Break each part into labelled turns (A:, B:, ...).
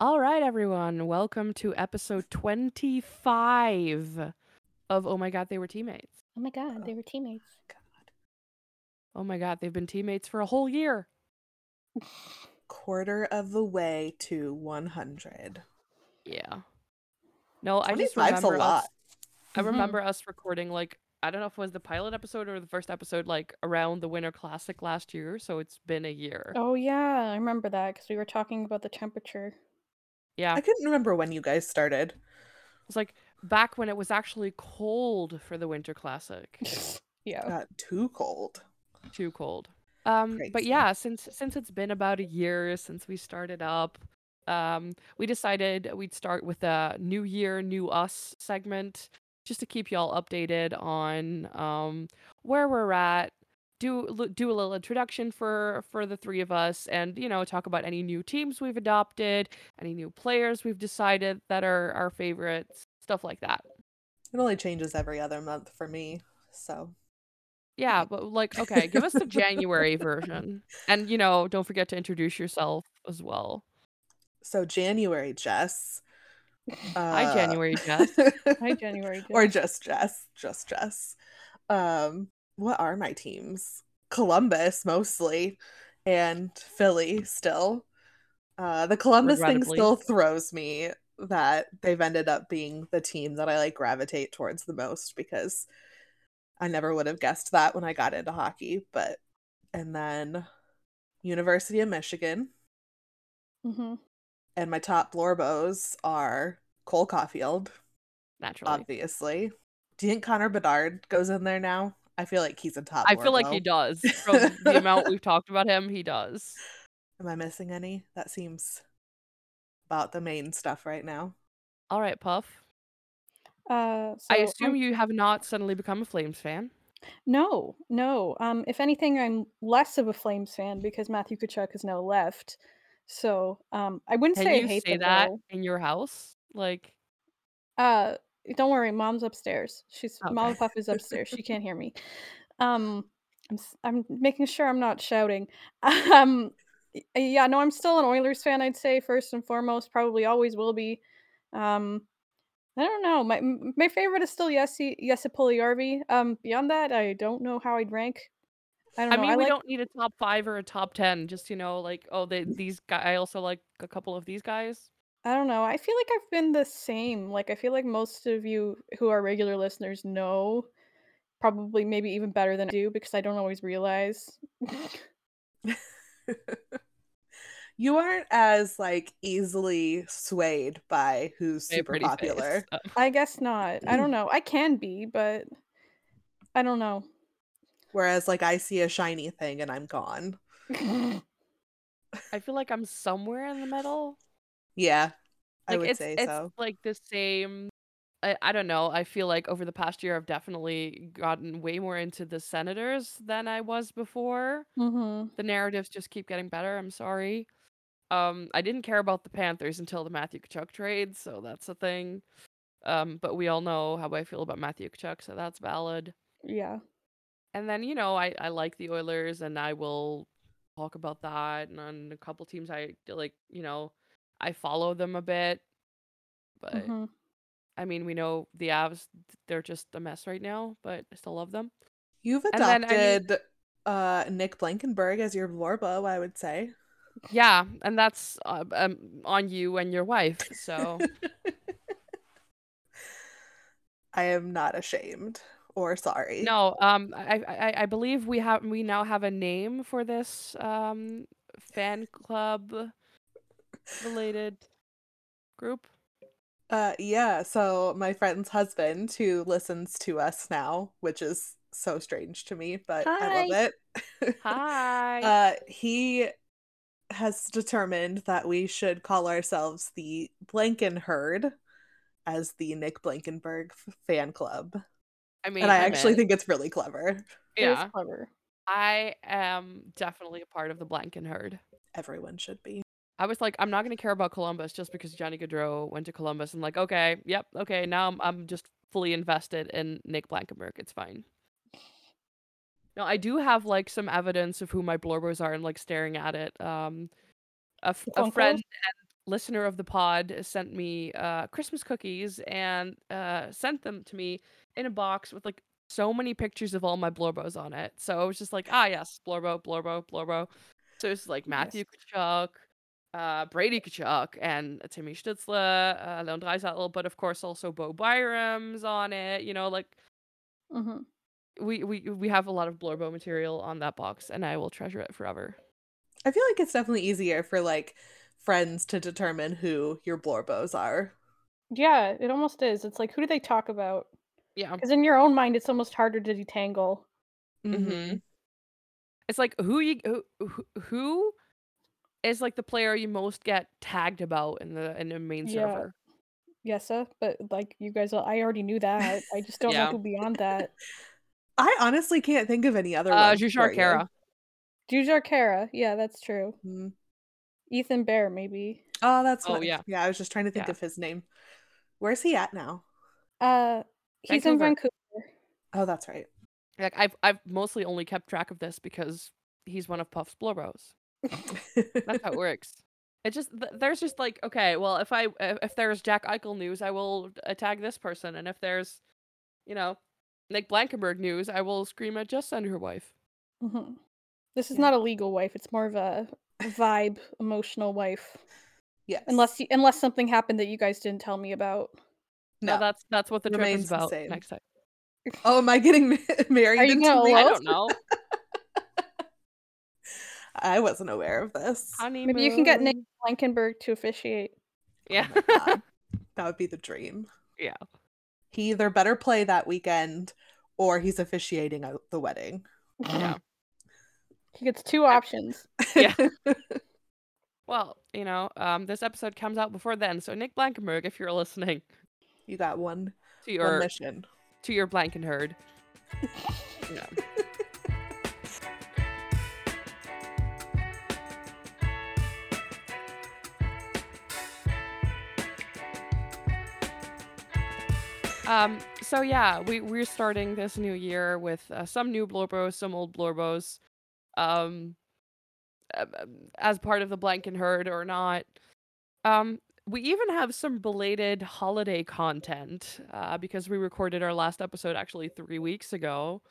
A: All right, everyone. Welcome to episode 25 of Oh My God, They Were Teammates.
B: Oh my
A: Uh,
B: god, they
C: Oh.
B: were teammates.
C: God.
A: Oh my God, they've been teammates for a whole year.
C: Quarter of the way to 100.
A: Yeah. No, I just
C: 25's a
A: remember
C: lot. Mm-hmm.
A: us. I
B: Mhm.
A: remember us recording like I don't know if it was the pilot episode or the first episode like around the Winter Classic last year, so it's been a year.
B: Oh yeah, I remember that because we were talking about the temperature.
A: Yeah.
C: I couldn't remember when you guys started.
A: It's like back when it was actually cold for the Winter Classic. oh.
B: yeah.
A: Uh,
C: Got too cold.
A: too cold. Um, but
C: Crazy.
A: yeah, since since it's been about a year since we started up, um, we decided we'd start with a new year, new us segment, just to keep y'all updated on um where we're at. Do l- do a little introduction for for the three of us, and you know talk about any new teams we've adopted, any new players we've decided that are our favorites, stuff like that.
C: It only changes every other month for me. So,
A: Yeah, but like, okay, give us the January version. And, you know, don't forget to introduce yourself as well.
C: so January, Jess.
A: Hi,
C: uh,
A: January Jess.
B: Hi, January.
C: or
B: Jess.
C: just Jess, just Jess. Um, what are my teams? Columbus mostly, and Philly still. Uh, the Columbus thing
A: Regrettably.
C: still throws me that they've ended up being the team that I like gravitate towards the most because I never would have guessed that when I got into hockey. But and then University of Michigan
B: Mhm.
C: and my top Lorbos are Cole Caulfield,
A: Naturally.
C: obviously. Do you think Connor Bedard goes in there now? I feel like he's a top.
A: I feel like
C: Lorbo.
A: he does. From the amount we've talked about him, he does.
C: Am I missing any? That seems about the main stuff right now.
A: All right, Puff.
B: Uh,
A: I
B: so
A: assume
B: I'm-
A: you have not suddenly become a Flames fan.
B: No, no. Um, if anything, I'm less of a Flames fan because Matthew Kachuk has now left. So um, I wouldn't
A: Can
B: say I
A: you
B: hate
A: say
B: them,
A: that
B: though.
A: in your house? Like,
B: Uh, don't worry, mom's upstairs. She's
A: Okay.
B: mom puff is upstairs. She can't hear me. Um, I'm s- I'm making sure I'm not shouting. Um, y- yeah, no, I'm still an Oilers fan. I'd say first and foremost, probably always will be. Um, I don't know. My m- my favorite is still Yessi Yessi Puliarvi. Um, beyond that, I don't know how I'd rank. I don't
A: I
B: know.
A: mean,
B: I
A: we
B: like
A: don't need a top five or a top ten. Just, you know, like, oh, they, these guys, I also like a couple of these guys.
B: I don't know. I feel like I've been the same. Like I feel like most of you who are regular listeners know probably maybe even better than I do because I don't always realize.
C: you aren't as like easily swayed by who's
A: Hey,
C: super
A: pretty face.
C: popular.
A: Uh,
B: I guess not. I don't know. I can be, but I don't know.
C: Whereas like I see a shiny thing and I'm gone.
B: Mm-hmm,
A: I feel like I'm somewhere in the middle.
C: Yeah, I
A: like,
C: would
A: it's,
C: say
A: it's
C: so.
A: like the same I, I don't know i feel like over the past year i've definitely gotten way more into the senators than i was before
B: hmm
A: the narratives just keep getting better i'm sorry um i didn't care about the panthers until the matthew Kachuk trade so that's a thing um but we all know how i feel about matthew Kachuk, so that's valid
B: Yeah.
A: and then you know i i like the oilers and i will talk about that and on a couple teams i like you know i follow them a bit but
B: hmm
A: I mean, we know the Avs, th- they're just a mess right now, but I still love them.
C: You've
A: and then, I mean-
C: adopted uh Nick Blankenberg as your Lorbo, I would say. Oh.
A: Yeah, and that's uh, um, on you and your wife. So,
C: I am not ashamed or sorry.
A: no, um, I, I, I- I believe we have we now have a name for this um, fan club related group.
C: Uh yeah, so my friend's husband who listens to us now, which is so strange to me, but I love it.
A: Hi.
C: uh he has determined that we should call ourselves the Blanken Herd as the Nick Blankenberg f- fan club.
A: I mean,
C: And I
A: I'm
C: actually
A: in.
C: think it's really clever.
A: yeah,
B: clever.
A: I am definitely a part of the Blanken herd.
C: Everyone should be.
A: I was like, I'm not gonna care about Columbus just because Johnny Gaudreau went to Columbus. And like, okay, yep, okay, now I'm, I'm just fully invested in Nick Blankenberg. It's fine. No, I do have like some evidence of who my blorbos are and like staring at it. Um, a, f-
B: The
A: a
B: Funkos?
A: friend listener of the pod sent me uh, Christmas cookies and uh, sent them to me in a box with like so many pictures of all my blorbos on it. So I was just like, ah, yes, blorbo, blorbo, blorbo. So it's like Matthew Kachuk, uh, Brady Kachuk, and Timmy Schnitzler, uh, Leon Dreisattel, but of course also Bo Byram's on it. You know, like
B: hmm
A: we we we have a lot of blorbo material on that box, and I will treasure it forever.
C: I feel like it's definitely easier for like friends to determine who your blorbos are.
B: Yeah, it almost is. It's like, who do they talk about?
A: Yeah.
B: Because in your own mind, it's almost harder to detangle.
A: Mm-hmm. It's like who you who- who, who is like the player you most get tagged about in the in the main
B: Yeah.
A: server.
B: Yes, uh, but like you guys, I already knew that. I just don't
A: Yeah.
B: know who beyond that.
C: I honestly can't think of any other.
A: Uh,
C: ones for
A: Jushar
C: you.
A: Kara.
B: Jujar Kara. Yeah, that's true.
C: Mhm.
B: Ethan Bear, maybe.
C: Oh, that's
A: Oh,
C: what,
A: yeah.
C: yeah. I was just trying to think
A: Yeah.
C: of his name. Where's he at now?
B: Uh, he's in
A: Vancouver.
B: Vancouver.
C: Oh, that's right.
A: Like I've I've mostly only kept track of this because he's one of Puff's Blorbos. That's how it works. It just th- there's just like okay, well if I if if there's Jack Eichel news, I will uh, tag this person, and if there's, you know, Nick Blankenberg news, I will scream at just send her wife.
B: hmm This is
C: Yeah.
B: not a legal wife. It's more of a vibe, emotional wife.
C: yes.
B: Unless you, unless something happened that you guys didn't tell me about.
A: No, that's that's what the trip
C: remains
A: is
C: the
A: about
C: same.
A: next time.
C: Oh, am I getting ma- married?
B: Are you
C: in
B: gonna
C: two
A: I
B: Well-
C: weeks?
A: don't know.
C: I wasn't aware of this.
A: Honeymoon.
B: Maybe you can get Nick Blankenberg to officiate.
A: Yeah.
C: Oh my God. that would be the dream.
A: Yeah.
C: He either better play that weekend or he's officiating at the wedding.
A: yeah.
B: He gets two options.
A: Yeah. Well, you know, um, this episode comes out before then, so Nick Blankenberg, if you're listening
C: you got one,
A: to
C: one
A: your
C: mission.
A: to your Blankenherd. yeah. Um, so yeah, we we're starting this new year with uh, some new blorbos, some old blorbos, um, um, um, as part of the Blanken herd or not. Um, we even have some belated holiday content uh, because we recorded our last episode actually three weeks ago.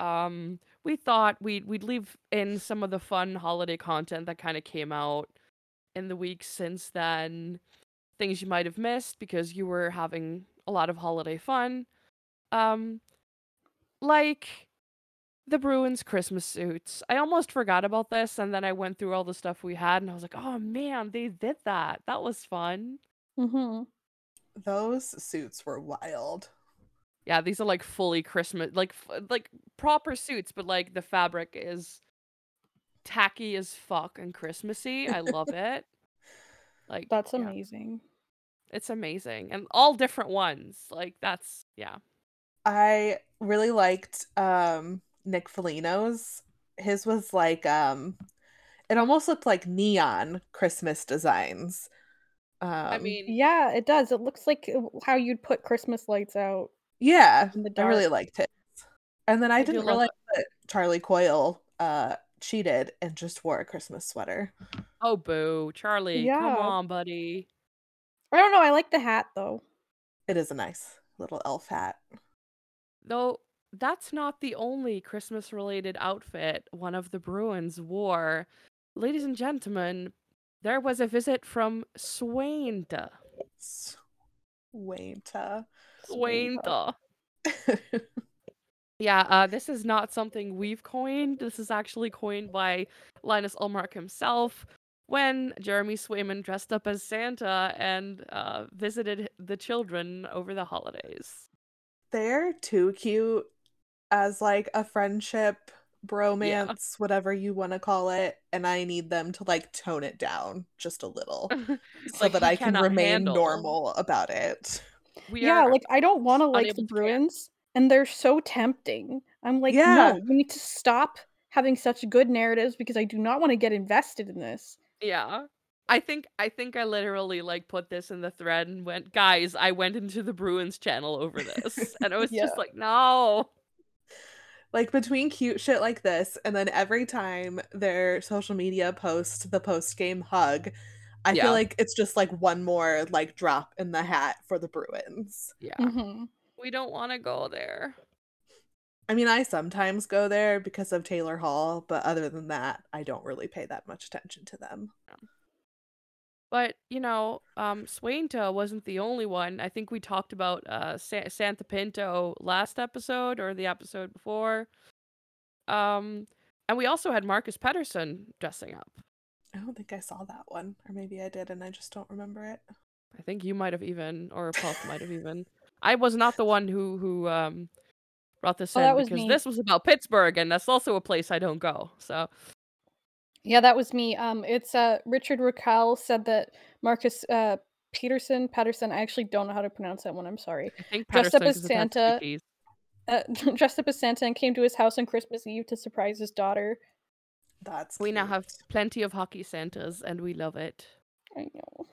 A: Um, we thought we'd we'd leave in some of the fun holiday content that kind of came out in the weeks since then, things you might have missed because you were having a lot of holiday fun, um, like the Bruins Christmas suits. I almost forgot about this, and then I went through all the stuff we had, and I was like, oh man, they did that. That was fun.
B: hmm
C: Those suits were wild.
A: Yeah, these are like fully Christmas, like f- like proper suits, but like the fabric is tacky as fuck and Christmassy. I love it. Like
B: That's
A: yeah,
B: amazing.
A: it's amazing, and all different ones. Like that's yeah,
C: I really liked um Nick Felino's. His was like um it almost looked like neon Christmas designs. Um
A: I mean,
B: Yeah, it does. It looks like uh, how you'd put Christmas lights out
C: yeah,
B: in the
C: I
B: dark.
C: really liked it. And then I,
A: I do
C: didn't
A: love
C: realize that Charlie Coyle uh cheated and just wore a Christmas sweater.
A: oh boo, Charlie,
B: Yeah.
A: come on, buddy.
B: I don't know. I like the hat though.
C: It is a nice little elf hat.
A: Though that's not the only Christmas related outfit one of the Bruins wore. Ladies and gentlemen, there was a visit from Swainta.
C: Swainta.
A: Swainta. Yeah, uh, this is not something we've coined. This is actually coined by Linus Ulmark himself when Jeremy Swayman dressed up as Santa and uh, visited the children over the holidays.
C: They're too cute as like a friendship bromance, whatever you want to call it, and I need them to like tone it down just a little so
A: Like,
C: that
A: he
C: I can
A: cannot
C: remain
A: handle.
C: normal about it.
A: We
B: yeah,
A: are-
B: like I don't want to like
A: unable
B: the
A: to care.
B: Bruins, and they're so tempting. I'm like,
C: Yeah.
B: no, you need to stop having such good narratives because I do not want to get invested in this.
A: Yeah. I think I think I literally like put this in the thread and went, guys, I went into the Bruins channel over this. And I was
B: Yeah. Mm.
A: just like, no.
C: Like between cute shit like this and then every time their social media posts the post game hug, I
A: Yeah.
C: feel like it's just like one more like drop in the hat for the Bruins.
A: Yeah.
B: Mhm.
A: We don't want to go there.
C: I mean, I sometimes go there because of Taylor Hall, but other than that, I don't really pay that much attention to them.
A: But, you know, um, Swainta wasn't the only one. I think we talked about uh, Sa- Santa Pinto last episode or the episode before. Um, and we also had Marcus Pedersen dressing up.
C: I don't think I saw that one, or maybe I did and I just don't remember it.
A: I think you might have even, or Puff might have even. I was not the one who who um, brought this
B: Oh,
A: in
B: that was
A: because
B: me.
A: this was about Pittsburgh, and that's also a place I don't go. So
B: Yeah, that was me. Um, it's uh Richard Raquel said that Marcus uh Peterson Patterson. I actually don't know how to pronounce that one. I'm sorry.
A: I think
B: Dressed
A: Patterson
B: up as
A: 'cause it has
B: Santa.
A: cookies.
B: Uh, dressed up as Santa and came to his house on Christmas Eve to surprise his daughter.
C: That's
A: We now
C: cute.
A: have plenty of hockey Santas, and we love it.
B: I know.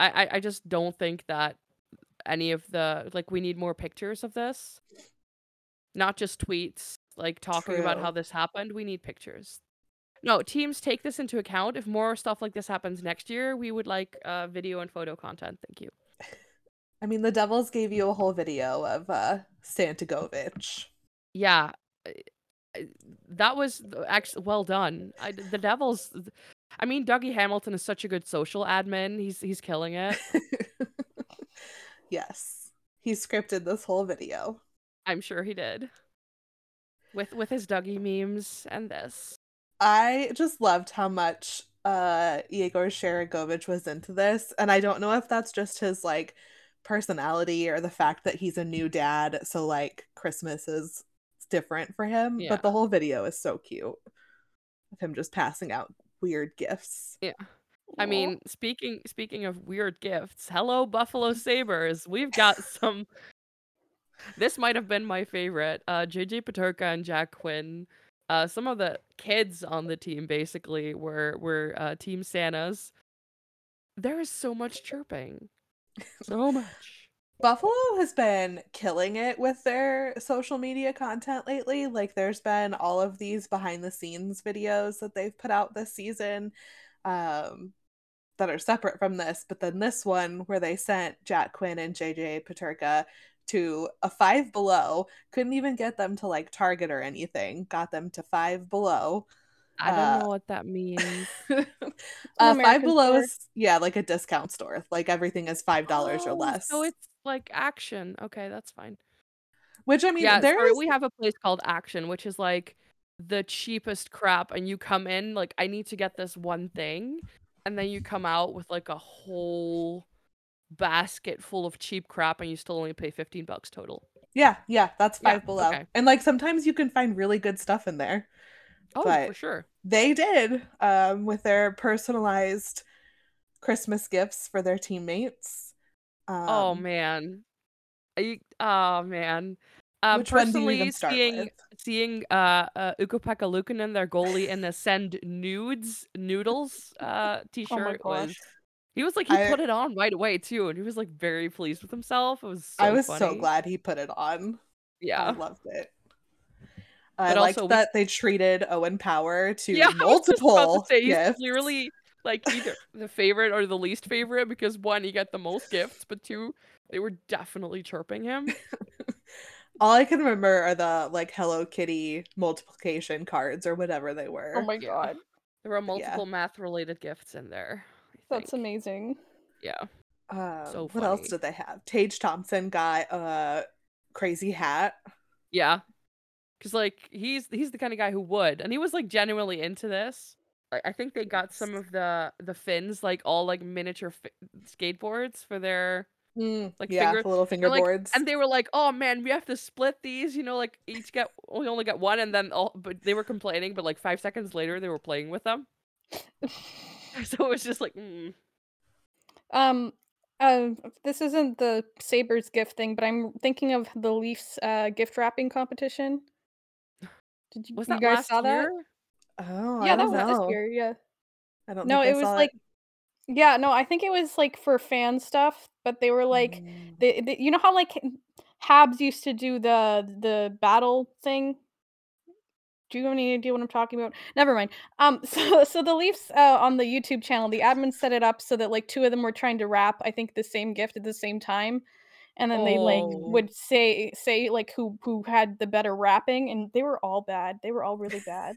A: I, I I just don't think that any of the like we need more pictures of this, not just tweets like talking about how
C: True.
A: this happened. We need pictures. No, teams take this into account. If more stuff like this happens next year, we would like uh, video and photo content. Thank you.
C: I mean, the Devils gave you a whole video of uh Santagovich.
A: Yeah, I- I- that was actually well done. I, d- the Devils. th- I mean, Dougie Hamilton is such a good social admin. He's he's killing it.
C: yes, he scripted this whole video.
A: I'm sure he did. With with his Dougie memes and this.
C: I just loved how much uh Igor Sharagovich was into this, and I don't know if that's just his like personality or the fact that he's a new dad, so like Christmas is different for him.
A: Yeah.
C: But the whole video is so cute of him just passing out weird gifts.
A: I
B: Aw.
A: mean, speaking speaking of weird gifts, hello Buffalo Sabers. We've got some. This might have been my favorite. Uh, JJ Paterka and Jack Quinn. Uh, some of the kids on the team basically were were uh, team Santas. There is so much chirping, so much.
C: Buffalo has been killing it with their social media content lately. Like, there's been all of these behind the scenes videos that they've put out this season um, that are separate from this. But then this one where they sent Jack Quinn and JJ Paterka to a five below, couldn't even get them to like Target or anything, got them to five below.
A: I don't
C: Uh,
A: know what that means.
C: uh, five
B: American
C: below
B: store.
C: is, yeah, like a discount store. Like, everything is $5 or
A: Oh,
C: less.
A: So it's like action. Okay, that's fine.
C: Which I mean,
A: yeah,
C: there
A: sorry,
C: is-
A: we have a place called Action, which is like the cheapest crap, and you come in like I need to get this one thing, and then you come out with like a whole basket full of cheap crap, and you still only pay fifteen bucks total.
C: Yeah, yeah, that's
A: Yeah,
C: five below.
A: okay.
C: And like sometimes you can find really good stuff in there.
A: Oh, for
C: But-
A: sure.
C: They did um, with their personalized Christmas gifts for their teammates. Um,
A: oh man, Are you, oh man. Um,
C: which one do you
A: personally,
C: even start
A: seeing
C: with?
A: seeing uh, uh Ukopeka Lukanen, their goalie, in the send nudes noodles uh
B: Oh my
A: t-shirt was
B: gosh.
A: He was like he
C: I-
A: put it on right away too, and he was like very pleased with himself. It was so
C: I was so
A: funny.
C: glad he put it on. I
A: Yeah.
C: loved it. I
A: But
C: liked
A: also we-
C: that they treated Owen Power to
A: yeah, I was just about to
C: multiple
A: say, he's
C: gifts.
A: clearly like either the favorite or the least favorite because one, he got the most gifts, but two, they were definitely chirping
C: Oh
A: him.
C: All I can remember are the like Hello Kitty multiplication cards or whatever they were.
B: Oh my
A: Yeah.
B: god.
A: There were
C: But yeah.
A: multiple math related gifts in there. I
B: That's
A: think.
B: amazing.
A: yeah.
C: Um,
A: So
C: what else
A: funny.
C: did they have? Tage Thompson got a crazy hat.
A: Yeah. Cause like he's he's the kind of guy who would, and he was like genuinely into this. I, I think they got some of the the fins like all like miniature fi- skateboards for their, Like
C: like yeah,
A: finger-
C: the little
A: like-
C: fingerboards.
A: and they were like, oh man, we have to split these, you know, like each get we only get one, and then all. But they were complaining, but like five seconds later, they were playing with them, so it was just like, mm.
B: Um, uh, this isn't the Sabres gift thing, but I'm thinking of the Leafs uh, gift wrapping competition. Did you,
A: was
B: you
A: that
B: guys
A: last
B: saw
A: year?
C: oh,
B: that? Yeah,
C: I
B: that
C: don't
B: was
C: know.
B: this year. Yeah.
C: I don't
B: No,
C: think
B: it
C: I
B: was
C: saw
B: like, yeah, no, I think it was like for fan stuff, but they were like,
C: Mm.
B: they, they, you know how like Habs used to do the the battle thing do you have any idea what I'm talking about? Never mind. Um, so so the Leafs uh, on the YouTube channel, the admin set it up so that like two of them were trying to wrap, I think, the same gift at the same time, and then they like
A: Oh.
B: would say say like who who had the better wrapping, and they were all bad. They were all really bad.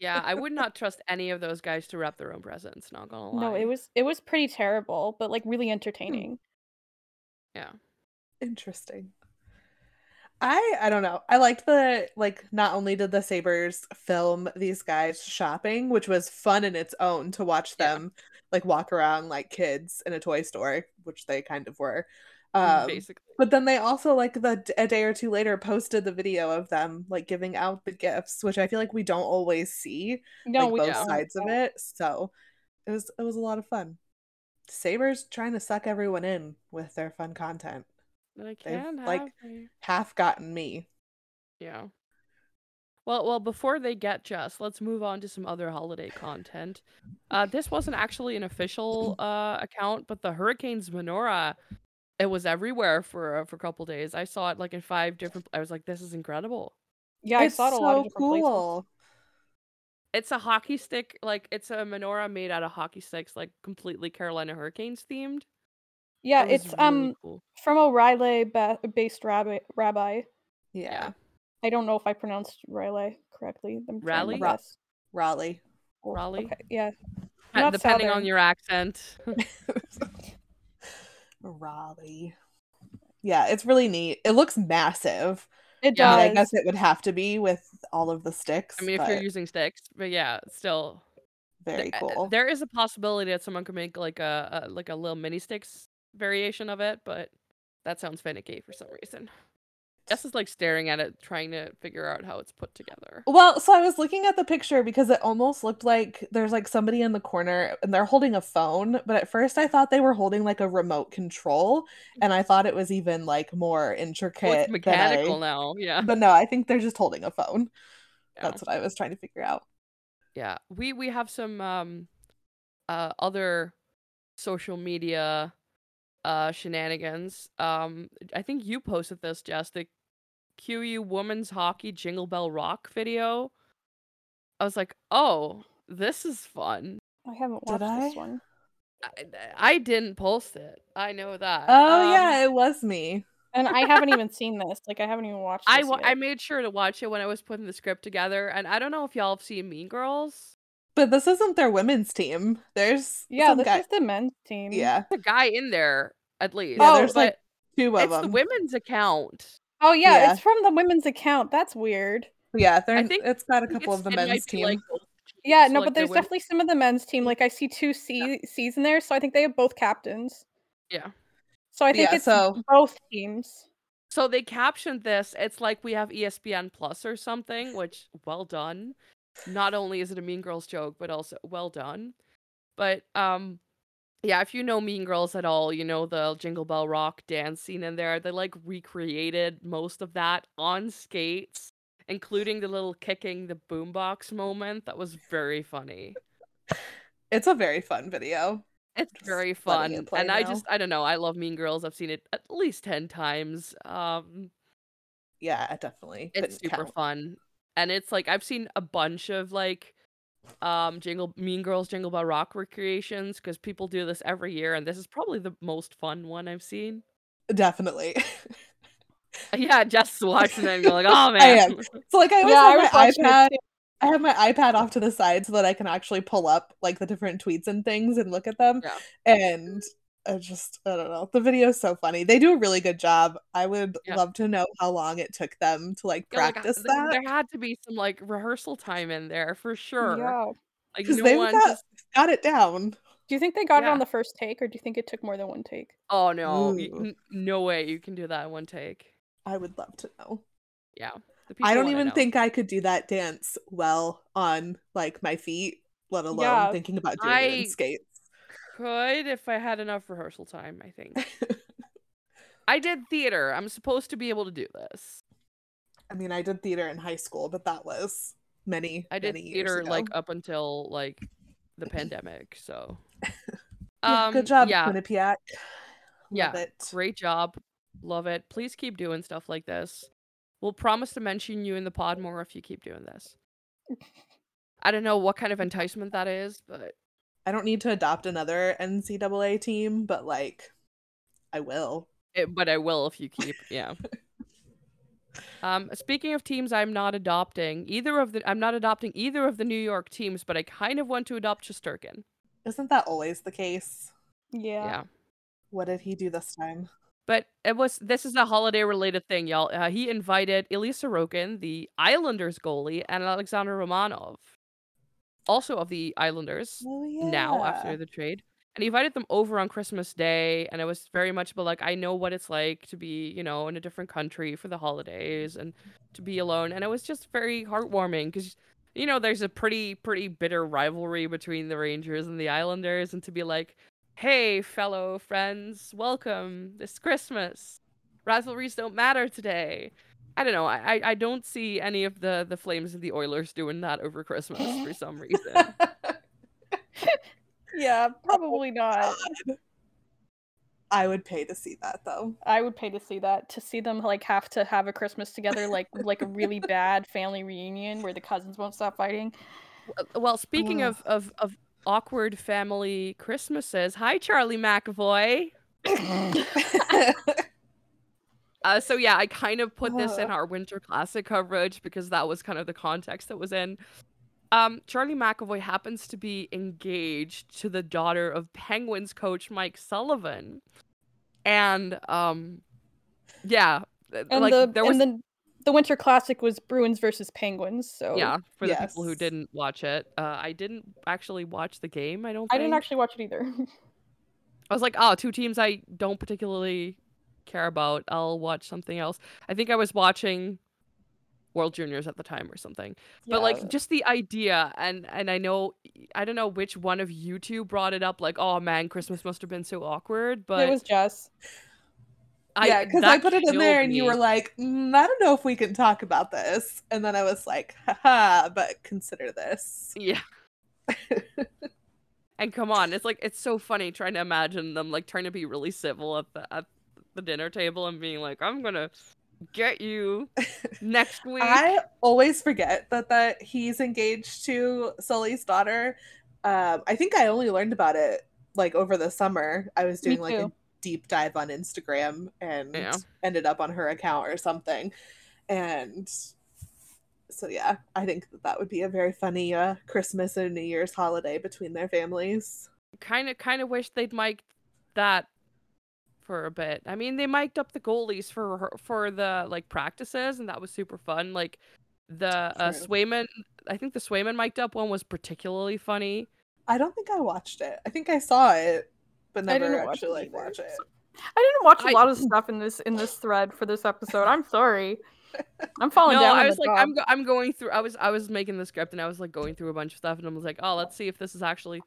A: Yeah, I would not trust any of those guys to wrap their own presents. Not gonna lie.
B: No, it was it was pretty terrible, but like
C: Hmm.
B: really entertaining.
C: Interesting. I I don't know. I liked the like not only did the Sabres film these guys shopping, which was fun in its own to watch
A: Yeah.
C: them like walk around like kids in a toy store, which they kind of were. Um
A: basically.
C: but then they also like the a day or two later posted the video of them like giving out the gifts, which I feel like we don't always see
B: No,
C: like
B: we
C: both
A: don't.
C: sides of it. So it was it was a lot of fun. Sabres trying to suck everyone in with their fun content
A: I
C: They've,
A: can't
C: like-
A: have me.
C: half gotten me.
A: Yeah. Well, well, before they get just, let's move on to some other holiday content. Uh, this wasn't actually an official uh, account, but the Hurricanes menorah, it was everywhere for uh, for a couple days. I saw it like in five different. I was like, this is incredible.
B: Yeah, I saw it a lot of
C: so
B: different places.
A: It's a hockey stick, like it's a menorah made out of hockey sticks, like completely Carolina Hurricanes themed.
B: Yeah,
A: It was
B: it's
A: really
B: um
A: cool.
B: from O'Reilly ba- based rabbi rabbi.
C: Yeah.
A: Yeah.
B: I don't know if I pronounced Riley correctly. I'm trying my
A: Raleigh?
C: Ra-
B: best.
C: Raleigh.
B: Or-
A: Raleigh?
B: Okay, yeah.
A: Uh,
B: not
A: depending on
B: Southern.
A: your accent.
C: Raleigh. Yeah, it's really neat. It looks massive.
B: It
A: Yeah,
C: I
B: does.
C: mean, I guess it would have to be with all of the sticks.
A: I mean, if you're
C: but
A: using sticks, but yeah, still
C: very
A: th- uh,
C: cool.
A: There is a possibility that someone could make like a, a like a little mini sticks variation of it, but that sounds finicky for some reason. Jess is like staring at it, trying to figure out how it's put together.
C: Well, so I was looking at the picture because it almost looked like there's like somebody in the corner and they're holding a phone, but at first I thought they were holding like a remote control and I thought it was even like more intricate.
A: Well, it's
C: than
A: mechanical
C: I-
A: now. Yeah.
C: But no, I think they're just holding a phone.
A: Yeah.
C: That's what I was trying to figure out.
A: yeah we we have some um uh other social media uh shenanigans um i think you posted this jess the qu women's hockey jingle bell rock video i was like oh this is fun
B: I haven't
C: Did
B: watched this
C: I?
B: one.
A: i, I didn't post it i know that
C: Oh
A: Um,
C: yeah, it was me.
B: And I haven't even seen this. Like I haven't even watched
A: I,
B: this
A: wa-
B: yet.
A: I made sure to watch it when I was putting the script together, and I don't know if y'all have seen Mean Girls.
C: But this isn't their women's team. There's
B: yeah,
C: some
B: this
C: guy-
B: is the men's team.
C: yeah,
A: There's a guy in there at least.
C: Yeah,
B: Oh,
C: there's like
A: but
C: two of
A: it's the
C: them.
A: women's account.
B: Oh yeah,
C: Yeah.
B: it's from the women's account. That's weird.
C: yeah, they're
A: I
C: in-
A: think-
C: it's got a
A: think
C: couple
A: it's-
C: of the
A: it might
C: men's
A: be,
C: team.
A: like, both teams,
B: Yeah,
A: so,
B: no,
A: like,
B: but
A: the
B: there's
A: women-
B: definitely some of the men's team. Like I see two C C's in there, so I think they have both captains.
A: Yeah.
B: So I think
C: yeah,
B: it's
C: so
B: both teams.
A: So they captioned this. It's like we have E ESPN Plus or something. Which, well done. Not only is it a Mean Girls joke, but also well done. But um, yeah, if you know Mean Girls at all, you know the Jingle Bell Rock dance scene in there. They like recreated most of that on skates, including the little kicking the boombox moment. That was very funny.
C: it's a very fun video.
A: It's
C: Just
A: very
C: letting it
A: fun,
C: play
A: and I
C: now.
A: just I don't know. I love Mean Girls. I've seen it at least ten times. Um,
C: Yeah, it definitely.
A: it's
C: didn't
A: super
C: count.
A: fun, and it's like I've seen a bunch of like, um, Jingle Mean Girls Jingle Bell Rock recreations because people do this every year, and this is probably the most fun one I've seen.
C: Definitely.
A: yeah, just watching them, you're like, oh
C: I
A: man,
C: so like I always
B: yeah, I was
C: have my
B: watching it
C: iPad.
B: too.
C: I have my iPad off to the side so that I can actually pull up like the different tweets and things and look at them.
A: Yeah.
C: And I just I don't know. The video's so funny. They do a really good job. I would
A: Yeah. Oh
C: love to know how long it took them to like
A: You're like,
C: practice
A: "Th-
C: that.
A: There had to be some like rehearsal time in there for sure.
B: Yeah.
A: Like
C: 'Cause
A: no
C: they've
A: one
C: got-
A: just
C: Got it down.
B: Do you think they got it
A: Yeah.
B: on the first take, or do you think it took more than one take?
A: oh no, y-
C: Ooh.
A: n- no way you can do that in one take.
C: I would love to know.
A: Yeah. the
C: I
A: people
C: don't
A: wanna
C: even
A: know.
C: think I could do that dance well on like my feet, let alone
B: Yeah,
C: thinking about doing it
A: I-
C: in skates.
A: could if I had enough rehearsal time, I think. I did theater. I'm supposed to be able to do this.
C: I mean, I did theater in high school, but that was many.
A: I did
C: many years
A: theater
C: ago.
A: like up until like the pandemic, so
C: Yeah,
A: Um,
C: good job,
A: Yeah,
C: Quinnipiac. Love
A: Yeah,
C: it.
A: great job. Love it. Please keep doing stuff like this. We'll promise to mention you in the pod more if you keep doing this. I don't know what kind of enticement that is, but
C: I don't need to adopt another NCAA team, but like, I will.
A: it, but I will if you keep. Yeah. Um, speaking of teams, I'm not adopting either of the. I'm not adopting either of the New York teams, but I kind of want to adopt Chesterkin.
C: Isn't that always the case?
B: Yeah.
A: yeah.
C: What did he do this time?
A: But it was this is a holiday related thing, y'all. Uh, he invited Ilya Sorokin, the Islanders goalie, and Alexander Romanov, also of the Islanders,
C: Oh,
A: now after the trade. And he invited them over on Christmas Day, and it was very much about like I know what it's like to be, you know, in a different country for the holidays and to be alone. And it was just very heartwarming because you know there's a pretty pretty bitter rivalry between the Rangers and the Islanders, and to be like, hey fellow friends, welcome this Christmas. Rivalries don't matter today. I don't know. I I- I don't see any of the the Flames and the Oilers doing that over Christmas for some reason.
B: Yeah, probably not.
C: I would pay to see that though.
B: I would pay to see that. To see them like have to have a Christmas together, like like a really bad family reunion where the cousins won't stop fighting.
A: Uh, Well, speaking
C: Ugh.
A: of, of of awkward family Christmases, hi Charlie McAvoy. Uh, so yeah, I kind of put this in
C: Ugh.
A: our winter classic coverage because that was kind of the context that was in. Um, Charlie McAvoy happens to be engaged to the daughter of Penguins coach Mike Sullivan, and um, yeah, th-
B: And
A: like
B: the
A: there was
B: and the the Winter Classic was Bruins versus Penguins. So
A: yeah for the people who
C: Yes.
A: didn't watch it. Uh, I didn't actually watch the game. I don't.
B: I didn't
A: think.
B: actually watch it either.
A: I was like, oh, two teams I don't particularly care about. I'll watch something else. I think I was watching World Juniors at the time or something. But
B: Yeah.
A: like just the idea and and I know I don't know which one of you two brought it up like, oh man, Christmas must have been so awkward, but
B: it was Jess.
A: I
C: yeah, because I
A: that
C: put it in there
A: killed
C: and you
A: me.
C: were like, mm, I don't know if we can talk about this. And then I was like, haha, but consider this.
A: Yeah. and come on, it's like it's so funny trying to imagine them like trying to be really civil at the at the dinner table and being like, I'm gonna get you next week.
C: I always forget that that he's engaged to Sully's daughter. Um, I think I only learned about it like over the summer. I was
B: Me
C: doing like a
B: too.
C: deep dive on Instagram and
A: Yeah.
C: ended up on her account or something. And so yeah, I think that that would be a very funny uh, Christmas and New Year's holiday between their families.
A: kind of kind of wish they'd mic'd that for a bit. I mean, they mic'd up the goalies for her- for the like practices, and that was super fun. Like the uh,
C: True.
A: Swayman, I think the Swayman mic'd up one was particularly funny.
C: I don't think I watched it. I think I saw it, but
B: I didn't
C: never
B: watch
C: actually
B: it
C: like
B: either.
C: watch it.
B: I didn't watch a
A: I-
B: lot of stuff in this in this thread for this episode. I'm sorry. I'm falling
A: no,
B: down. on
A: I
B: the
A: was like,
B: job.
A: I'm go- I'm going through. I was I was making the script, and I was like going through a bunch of stuff, and I was like, oh, let's see if this is actually.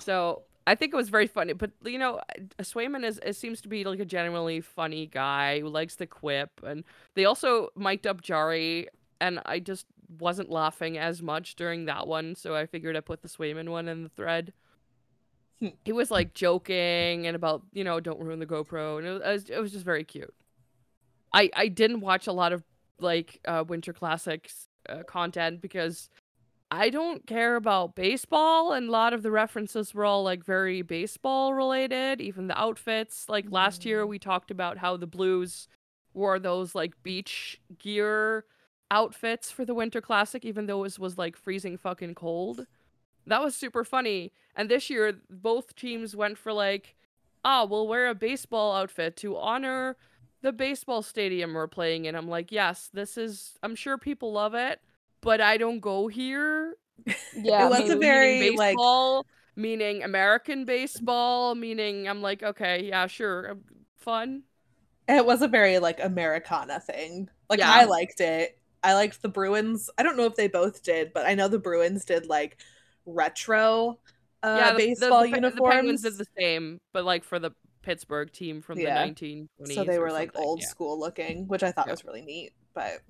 A: So I think it was very funny, but you know, uh, Swayman is it seems to be like a genuinely funny guy who likes to quip, and they also mic'd up Jari, and I just wasn't laughing as much during that one, so I figured I put the Swayman one in the thread.
C: Hmm.
A: He was like joking and about you know don't ruin the GoPro, and it was, it was just very cute. I I didn't watch a lot of like uh, winter classics uh, content because I don't care about baseball, and a lot of the references were all like very baseball related. Even the outfits, like last year, we talked about how the Blues wore those like beach gear outfits for the winter classic, even though it was, was like freezing fucking cold. That was super funny. And this year, both teams went for like, ah, we'll wear a baseball outfit to honor the baseball stadium we're playing in. I'm like, yes, this is, I'm sure people love it, but I don't go here.
B: yeah,
C: it was
B: maybe.
C: a very
A: meaning
C: like
A: baseball, meaning American baseball, meaning I'm like, okay, yeah, sure, um, fun.
C: It was a very like Americana thing. Like
A: Yeah.
C: I liked it. I liked the Bruins. I don't know if they both did, but I know the Bruins did like retro uh,
A: yeah, the- the-
C: baseball
A: the, Pe-
C: uniforms.
A: The Penguins did the same, but like for the Pittsburgh team from
C: Yeah.
A: the 1920s.
C: so they
A: or
C: were like
A: something,
C: old
A: yeah.
C: school looking, which I thought
A: Yeah.
C: was really neat. But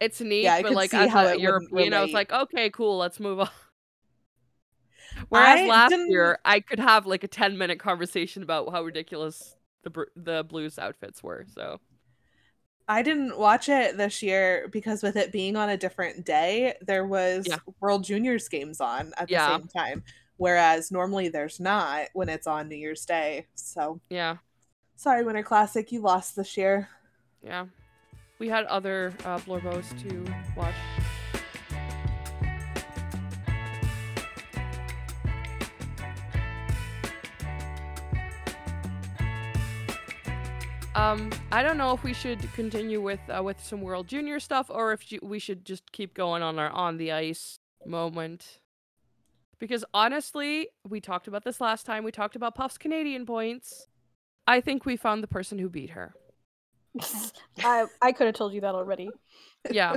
A: It's neat,
C: Yeah, I
A: but
C: could
A: like
C: see
A: as
C: how
A: a
C: it wouldn't
A: European, I was
C: relate.
A: like, okay, cool, let's move on. Whereas
C: I
A: last
C: didn't-
A: year, I could have like a 10 minute conversation about how ridiculous the Bru- the Blues outfits were. So
C: I didn't watch it this year because with it being on a different day, there was
A: Yeah.
C: World Juniors games on at
A: Yeah.
C: the same time. Whereas normally there's not when it's on New Year's Day. So
A: Yeah,
C: sorry, Winter Classic, you lost this year.
A: yeah. We had other uh, Blorbos to watch. Um, I don't know if we should continue with uh, with some World Junior stuff or if ju- we should just keep going on our on the ice moment. Because honestly, we talked about this last time. We talked about Puff's Canadian points. I think we found the person who beat her.
B: I I could have told you that already.
A: Yeah.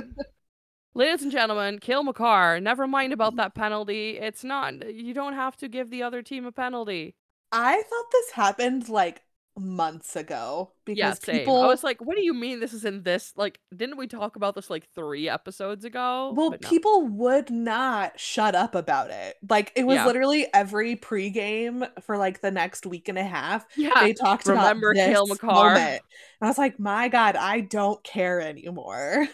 A: Ladies and gentlemen, Kale McCarr, never mind about that penalty. It's not, you don't have to give the other team a penalty.
C: I thought this happened like months ago because
A: yeah, same.
C: people
A: I was like, what do you mean this is in this? Like, didn't we talk about this like three episodes ago?
C: Well,
A: "Oh, But no.
C: people would not shut up about it. Like it was
A: Yeah.
C: literally every pregame for like the next week and a half.
A: yeah.
C: They talked
A: Remember
C: about this
A: Kale McCarr.
C: moment. And I was like, my God, I don't care anymore.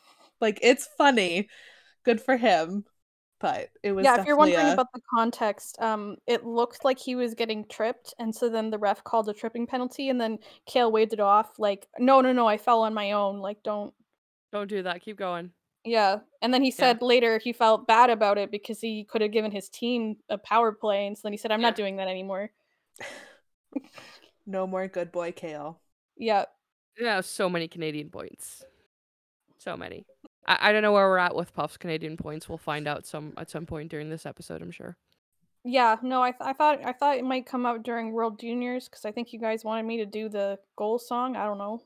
C: like it's funny, good for him, but it was
B: yeah, if you're
C: definitely
B: wondering
C: a-
B: about the context, um, it looked like he was getting tripped, and so then the ref called a tripping penalty, and then Kale waved it off like, "No, no, no, I fell on my own. Like, don't."
A: Don't do that. Keep going.
B: Yeah, and then he said later he felt bad about it because he could have given his team a power play, and so then he said, "I'm
A: Yeah.
B: not doing that anymore."
C: no more good boy Kale.
B: Yeah,
A: Yeah, so many Canadian points. So many. I, I don't know where we're at with Puff's Canadian points. We'll find out some at some point during this episode, I'm sure.
B: yeah. No, I, th- I thought I thought it might come out during World Juniors because I think you guys wanted me to do the goal song. I don't know.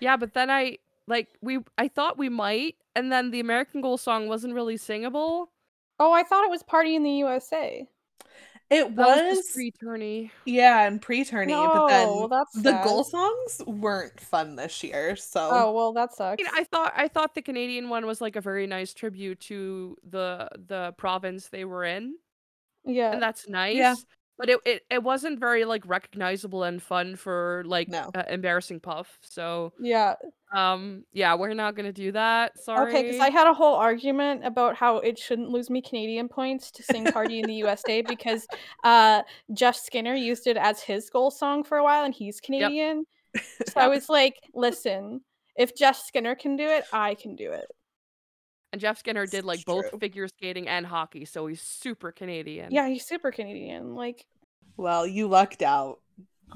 A: Yeah, but then I like we I thought we might, and then the American Goal song wasn't really singable.
B: Oh, I thought it was Party in the USA.
A: That
C: It
A: was,
C: was,
A: just pre tourney.
C: yeah, and pre-tourney, but then
B: No, that's
C: the
B: sad.
C: goal songs weren't fun this year. So
B: Oh well, that
A: I,
B: sucks.
A: mean, I thought I thought the Canadian one was like a very nice tribute to the the province they were in,
B: yeah.
A: and that's nice. But it, it it wasn't very like recognizable and fun for like
C: No.
A: uh, embarrassing Puff. So
B: Yeah.
A: um yeah, we're not gonna do that. Sorry.
B: Okay, because I had a whole argument about how it shouldn't lose me Canadian points to sing Party in the USA because uh, Jeff Skinner used it as his goal song for a while and he's Canadian. So I was like, listen, if Jeff Skinner can do it, I can do it.
A: and Jeff Skinner did
C: It's
A: like both
C: true.
A: figure skating and hockey, so he's super Canadian.
B: Yeah, he's super Canadian. Like,
C: Well, you lucked out.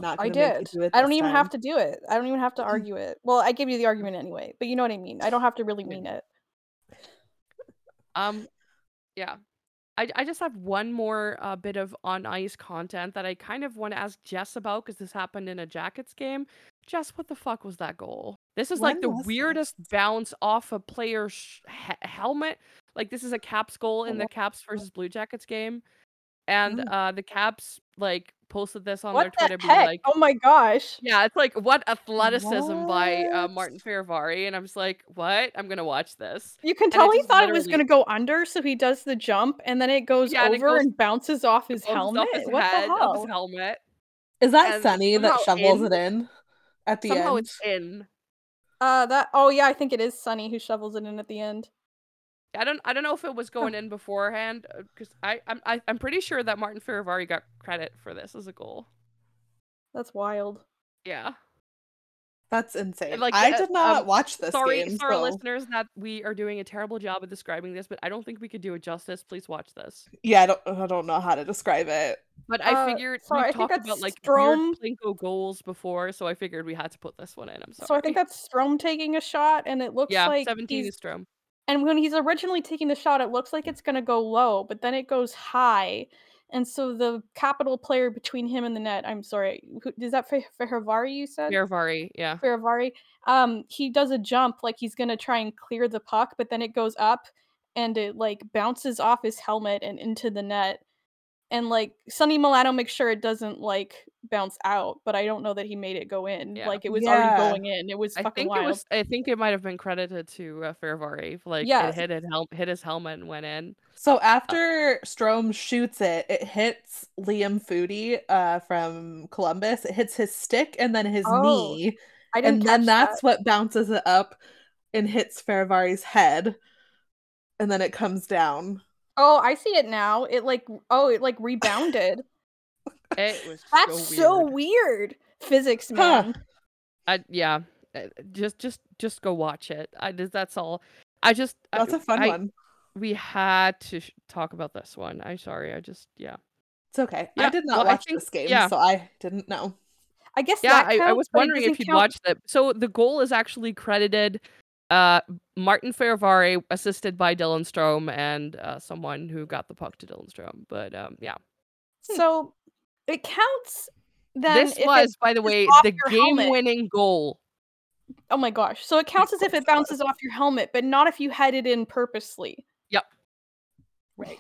C: Not
B: I
C: gonna make
B: did.
C: you do it
B: I don't
C: this
B: even
C: time.
B: have to do it. I don't even have
A: Mm.
B: to argue it. Well, I give you the argument anyway, but you know what I mean. I don't have to really
A: Yeah.
B: mean it.
A: Um, yeah. I, I just have one more uh, bit of on ice content that I kind of want to ask Jess about because this happened in a Jackets game. Jess, what the fuck was that goal? This is like
C: When
A: the
C: was this?
A: weirdest bounce off a player's sh- he- helmet. Like this is a Caps goal in the Caps versus Blue Jackets game, and
C: Mm.
A: uh, the Caps like posted this on
B: What
A: their
B: the
A: Twitter, being
B: heck?
A: like,
B: oh my gosh.
A: yeah, it's like what athleticism by uh,
C: What?
A: Martin Faravari, and I'm just like, what? I'm gonna watch this.
B: You can
A: I
B: tell he
A: just
B: thought it was going
A: literally-
B: to go under, so he does the jump, and then it goes
A: Yeah, and
B: over
A: it
B: and,
A: goes-
B: bounces off his
A: Bounces off
B: helmet.
A: his
B: what
A: head,
B: the
A: off his
B: hell?
A: helmet.
C: Is that
A: and
C: Sunny that
A: somehow
C: shovels
A: in-
C: it in at the
A: Somehow
C: end?
A: it's in.
B: Uh, that. Oh yeah, I think it is Sunny who shovels it in at the end.
A: I don't. I don't know if it was going in beforehand because I. I'm. I, I'm pretty sure that Martin Firavari got credit for this as a goal.
B: That's wild.
A: Yeah.
C: That's insane.
A: like,
C: I
A: uh,
C: did not
A: um,
C: watch this
A: Sorry,
C: game.
A: sorry,
C: so-
A: listeners, that we are doing a terrible job of describing this, but I don't think we could do it justice. Please watch this.
C: Yeah, I don't, I don't know how to describe it.
A: But I
B: Uh,
A: figured
B: sorry, I
A: we've
B: think
A: talked
B: that's
A: about like
B: Strom.
A: weird Plinko goals before, so I figured we had to put this one in. I'm sorry.
B: So I think that's Strom taking a shot, and it looks
A: yeah,
B: like
A: 17
B: he's-
A: is Strom.
B: and when he's originally taking the shot, it looks like it's going to go low, but then it goes high, and so the capital player between him and the net. I'm sorry, who, is that Fe- Fehravari you said?
A: Firavari. Yeah.
B: Ferravari, um, he does a jump like he's gonna try and clear the puck, but then it goes up and it like bounces off his helmet and into the net. And like Sonny Milano makes sure it doesn't like bounce out, but I don't know that he made it go in.
A: Yeah.
B: Like it was
C: Yeah.
B: already going in. It was
A: I
B: fucking
A: think
B: wild.
A: it was. I think it might have been credited to uh, Firavari. Like
B: Yeah.
A: it hit his hel- hit his helmet and went in.
C: So after Strom shoots it, it hits Liam Foodie uh, from Columbus. It hits his stick and then his
B: Oh.
C: knee,
B: I didn't
C: and then
B: catch
C: that's
B: that.
C: what bounces it up and hits Ferivari's head, and then it comes down.
B: Oh, I see it now. It like oh, it like rebounded.
A: It was
B: That's
A: so,
B: so
A: weird.
B: weird. Physics
C: Huh.
B: man.
A: I, yeah, uh, just just just go watch it. I just that's all. I just I-
C: That's a fun
A: I-
C: one.
A: We had to sh- talk about this one. I'm sorry. I just yeah
C: It's okay. I
A: yeah,
C: did not
A: well, I
C: watch
A: think-
C: this game,
A: yeah.
C: so I didn't know.
B: I guess
A: yeah.
B: that
A: I, I
B: counts,
A: was
B: but it
A: wondering if
B: doesn't
A: you'd
B: count-
A: watched it. So the goal is actually credited. Uh, Martin Ferravari, assisted by Dylan Strom and uh, someone who got the puck to Dylan Strom. But um, yeah,
C: Hmm.
B: So it counts then
A: this
B: if it-
A: was, by the way,
B: off
A: the
B: your helmet.
A: game-winning goal.
B: oh my gosh. So it counts as if
C: course
B: it
C: it does.
B: bounces off your helmet, but not if you had it in purposely.
C: Right.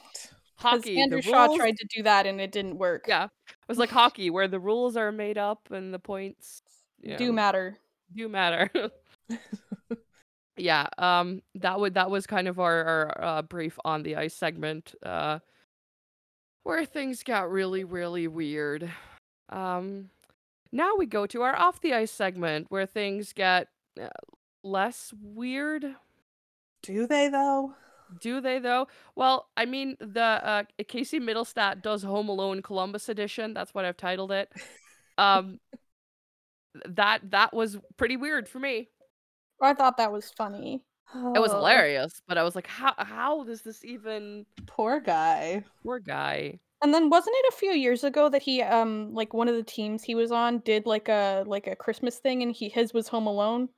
B: Because
A: Hockey.
B: Andrew
A: the
B: Shaw
A: rules-
B: tried to do that and it didn't work.
A: Yeah, it was like hockey, where the rules are made up and the points you
B: Do
A: know,
B: matter.
A: do matter. yeah, um, that would that was kind of our, our uh, brief on the ice segment, uh, where things got really really weird. Um, now we go to our off the ice segment, where things get uh, less weird.
C: Do they though?
A: Do they though? Well, I mean, the uh, Casey Middlestat does Home Alone Columbus edition. That's what I've titled it. Um, th- that that was pretty weird for me.
B: I thought that was funny. Uh,
A: It was
C: Oh,
A: hilarious, but I was like, how how does this even
C: Poor guy.
A: poor guy?
B: And then wasn't it a few years ago that he um like one of the teams he was on did like a like a Christmas thing and he his was Home Alone?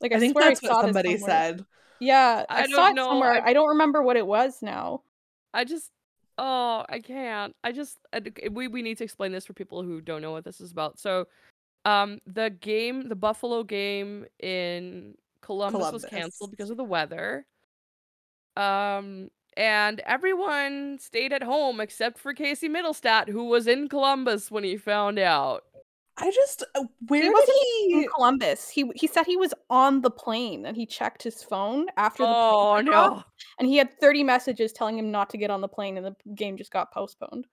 B: Like I,
C: I think
B: swear
C: that's
B: I saw
C: what
B: this
C: somebody
B: somewhere.
C: said.
B: Yeah, I,
A: I
B: saw
A: don't
B: it
A: know,
B: somewhere.
A: I-
B: I... don't remember what it was now.
A: I just oh, I can't. I just I d- we we need to explain this for people who don't know what this is about. So, um, the game, the Buffalo game in Columbus. was canceled
C: Columbus.
A: because of the weather. Um, and everyone stayed at home except for Casey Middlestat, who was in Columbus when he found out.
C: I just uh, where
B: He
C: did
B: wasn't in
C: he?
B: Columbus. He he said he was on the plane and he checked his phone after the plane
A: Oh
B: took off,
A: no.
B: and he had 30 messages telling him not to get on the plane and the game just got postponed.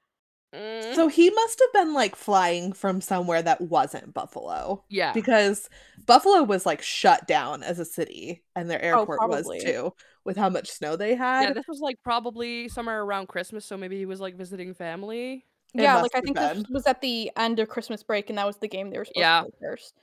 A: Mm.
C: So he must have been like flying from somewhere that wasn't Buffalo.
A: yeah.
C: because Buffalo was like shut down as a city, and their airport was
B: Oh, probably.
C: too, with how much snow they
A: Yeah,
C: had.
A: this was like probably somewhere around Christmas, so maybe he was like visiting family.
C: It
B: yeah,
C: must
B: like I
C: have
B: think this
C: been.
B: was at the end of Christmas break and that was the game they were supposed
A: Yeah.
B: to play first.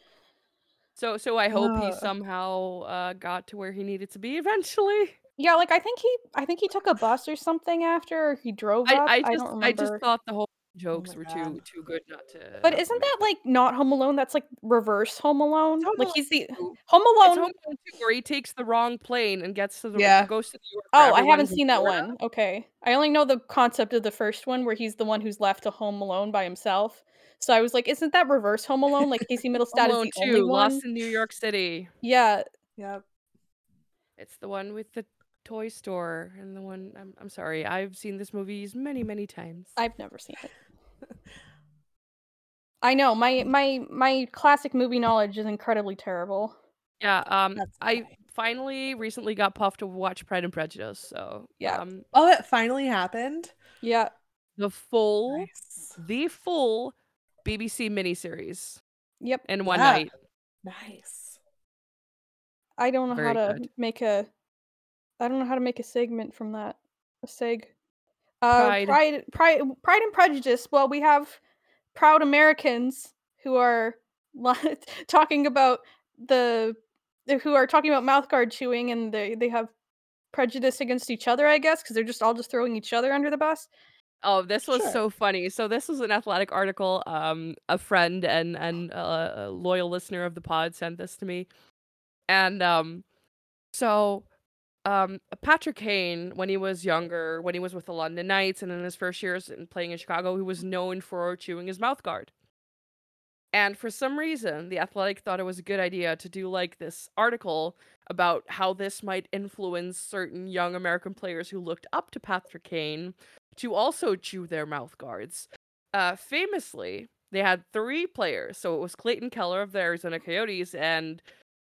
A: So so I hope he
C: Ugh.
A: somehow uh, got to where he needed to be eventually.
B: Yeah, like I think he I think he took a bus or something after or he drove
A: I,
B: up.
A: I
B: I,
A: just
B: don't remember. Oh
A: I just thought the whole jokes
C: my
A: were
C: God.
A: too too good not to. not
B: but
A: to
B: isn't
A: make.
B: that like not Home Alone? That's like reverse Home Alone.
A: Home
B: like
A: Alone
B: he's the
A: too.
B: Home
A: It's
B: Alone.
A: Home Alone 2 where he takes the wrong plane and gets to the
C: Yeah.
A: goes to New York. where
B: Oh, I
A: everyone's
B: haven't
A: in
B: seen that
A: Florida.
B: one. Okay. I only know the concept of the first one where he's the one who's left to home alone by himself. So I was like, isn't that reverse home alone? Like Casey
A: Home
B: Middlestat is
A: Alone
B: the only
A: Two,
B: one.
A: Lost in New York City.
B: Yeah.
C: Yep.
A: It's the one with the toy store and the one. I'm I'm sorry. I've seen this movies many many times.
B: I've never seen it. I know. My my my classic movie knowledge is incredibly terrible.
A: Yeah, um,
C: That's
A: I
C: okay.
A: finally recently got puffed to watch Pride and Prejudice, so
B: Yeah.
A: um,
C: Oh, it finally happened.
B: Yeah.
A: the full,
C: Nice.
A: the full BBC miniseries
B: Yep.
A: in one
C: Yeah.
A: night.
C: Nice.
B: I don't know
A: Very
B: how to
A: good.
B: make a I don't know how to make a segment from that. A seg. Uh,
A: Pride.
B: pride, pride, pride, and prejudice. Well, we have proud Americans who are li- talking about the the- who are talking about mouth guard chewing, and they they have prejudice against each other, I guess, because they're just all just throwing each other under the bus.
A: Oh, this was
C: Sure.
A: so funny. So this was an athletic article. Um, a friend and and uh, a loyal listener of the pod sent this to me, and um, so um, Patrick Kane, when he was younger, when he was with the London Knights, and in his first years in playing in Chicago, he was known for chewing his mouth guard. And for some reason, the Athletic thought it was a good idea to do like this article about how this might influence certain young American players who looked up to Patrick Kane to also chew their mouth guards. Uh, famously, they had three players. So it was Clayton Keller of the Arizona Coyotes, and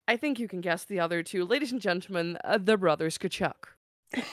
A: I think you can guess the other two. Ladies and gentlemen, uh, the brothers Kachuk.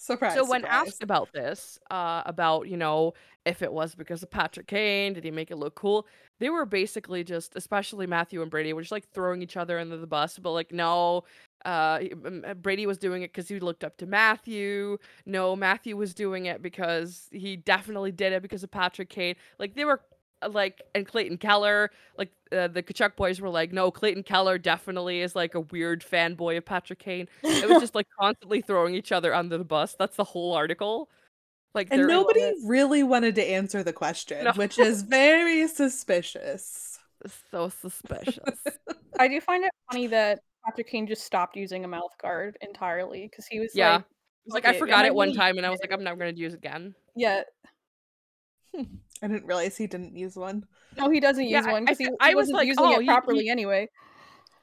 C: Surprise.
A: so when
C: surprise.
A: asked about this, uh, about you know if it was because of Patrick Kane, did he make it look cool? They were basically just, especially Matthew and Brady, were just like throwing each other under the bus. But like, no, uh, he- m- m- Brady was doing it because he looked up to Matthew. No, Matthew was doing it because he definitely did it because of Patrick Kane. Like they were uh, like, and Clayton Keller, like uh, the Kachuk boys were like, no, Clayton Keller definitely is like a weird fanboy of Patrick Kane it was just like constantly throwing each other under the bus. That's the whole article. Like
C: and
A: there-
C: nobody really wanted to answer the question,
A: No.
C: which is very suspicious.
A: so suspicious.
B: I do find it funny that Patrick Kane just stopped using a mouth guard entirely because he was
A: Yeah.
B: like,
A: It's like
B: "Fuck
A: I
B: it,
A: forgot
B: am
A: it one
B: really
A: time, and I was
B: here?"
A: like, I'm never gonna use it again.
B: yeah,
C: I didn't realize he didn't use one.
B: no, he doesn't
A: Yeah,
B: use
A: I-
B: one
A: I
B: because he,
A: fe-
B: he
A: I was
B: wasn't
A: like,
B: using
A: "Oh, he-
B: it
A: he-
B: properly anyway.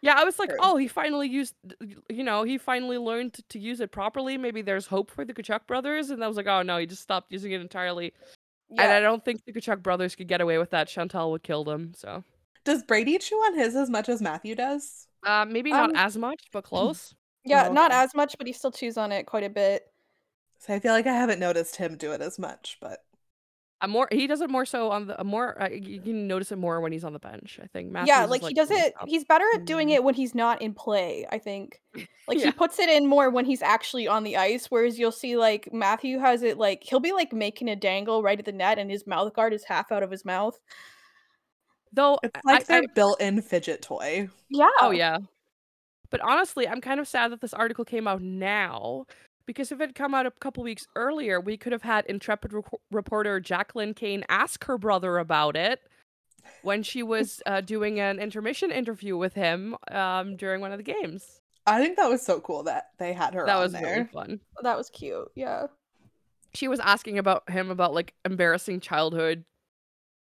A: Yeah, I was like,
C: True.
A: oh, he finally used, you know, he finally learned to, to use it properly. Maybe there's hope for the Kachuk brothers. And I was like, oh no, he just stopped using it entirely. And I
B: Yeah,
A: don't think the Kachuk brothers could get away with that. Chantal would kill them. So
C: Does Brady chew on his as much as Matthew does?
A: uh, maybe not
B: Um,
A: as much, but close.
B: yeah,
C: Oh,
B: not
C: okay.
B: as much, but he still chews on it quite a bit.
C: So I feel like I haven't noticed him do it as much, but
A: i more. He does it more so on the uh, more. Uh, you can notice it more when he's on the bench. I think. Matthews
B: yeah,
A: is,
B: like, he does
A: really
B: it.
A: stopped.
B: He's better at doing
C: Mm.
B: it when he's not in play. I think, like
A: Yeah.
B: he puts it in more when he's actually on the ice. Whereas you'll see like Matthew has it like he'll be like making a dangle right at the net, and his mouth guard is half out of his mouth.
A: Though
C: it's
A: I-
C: like
A: I,
C: their built-in fidget toy.
B: Yeah.
A: Oh yeah. But honestly, I'm kind of sad that this article came out now because if it had come out a couple weeks earlier, we could have had intrepid rec- reporter Jacqueline Kane ask her brother about it when she was uh, doing an intermission interview with him um, during one of the games.
C: I think that was so cool that they had her
A: That
C: on
A: was
C: there.
A: really fun.
B: That was cute. Yeah.
A: She was asking about him about like embarrassing childhood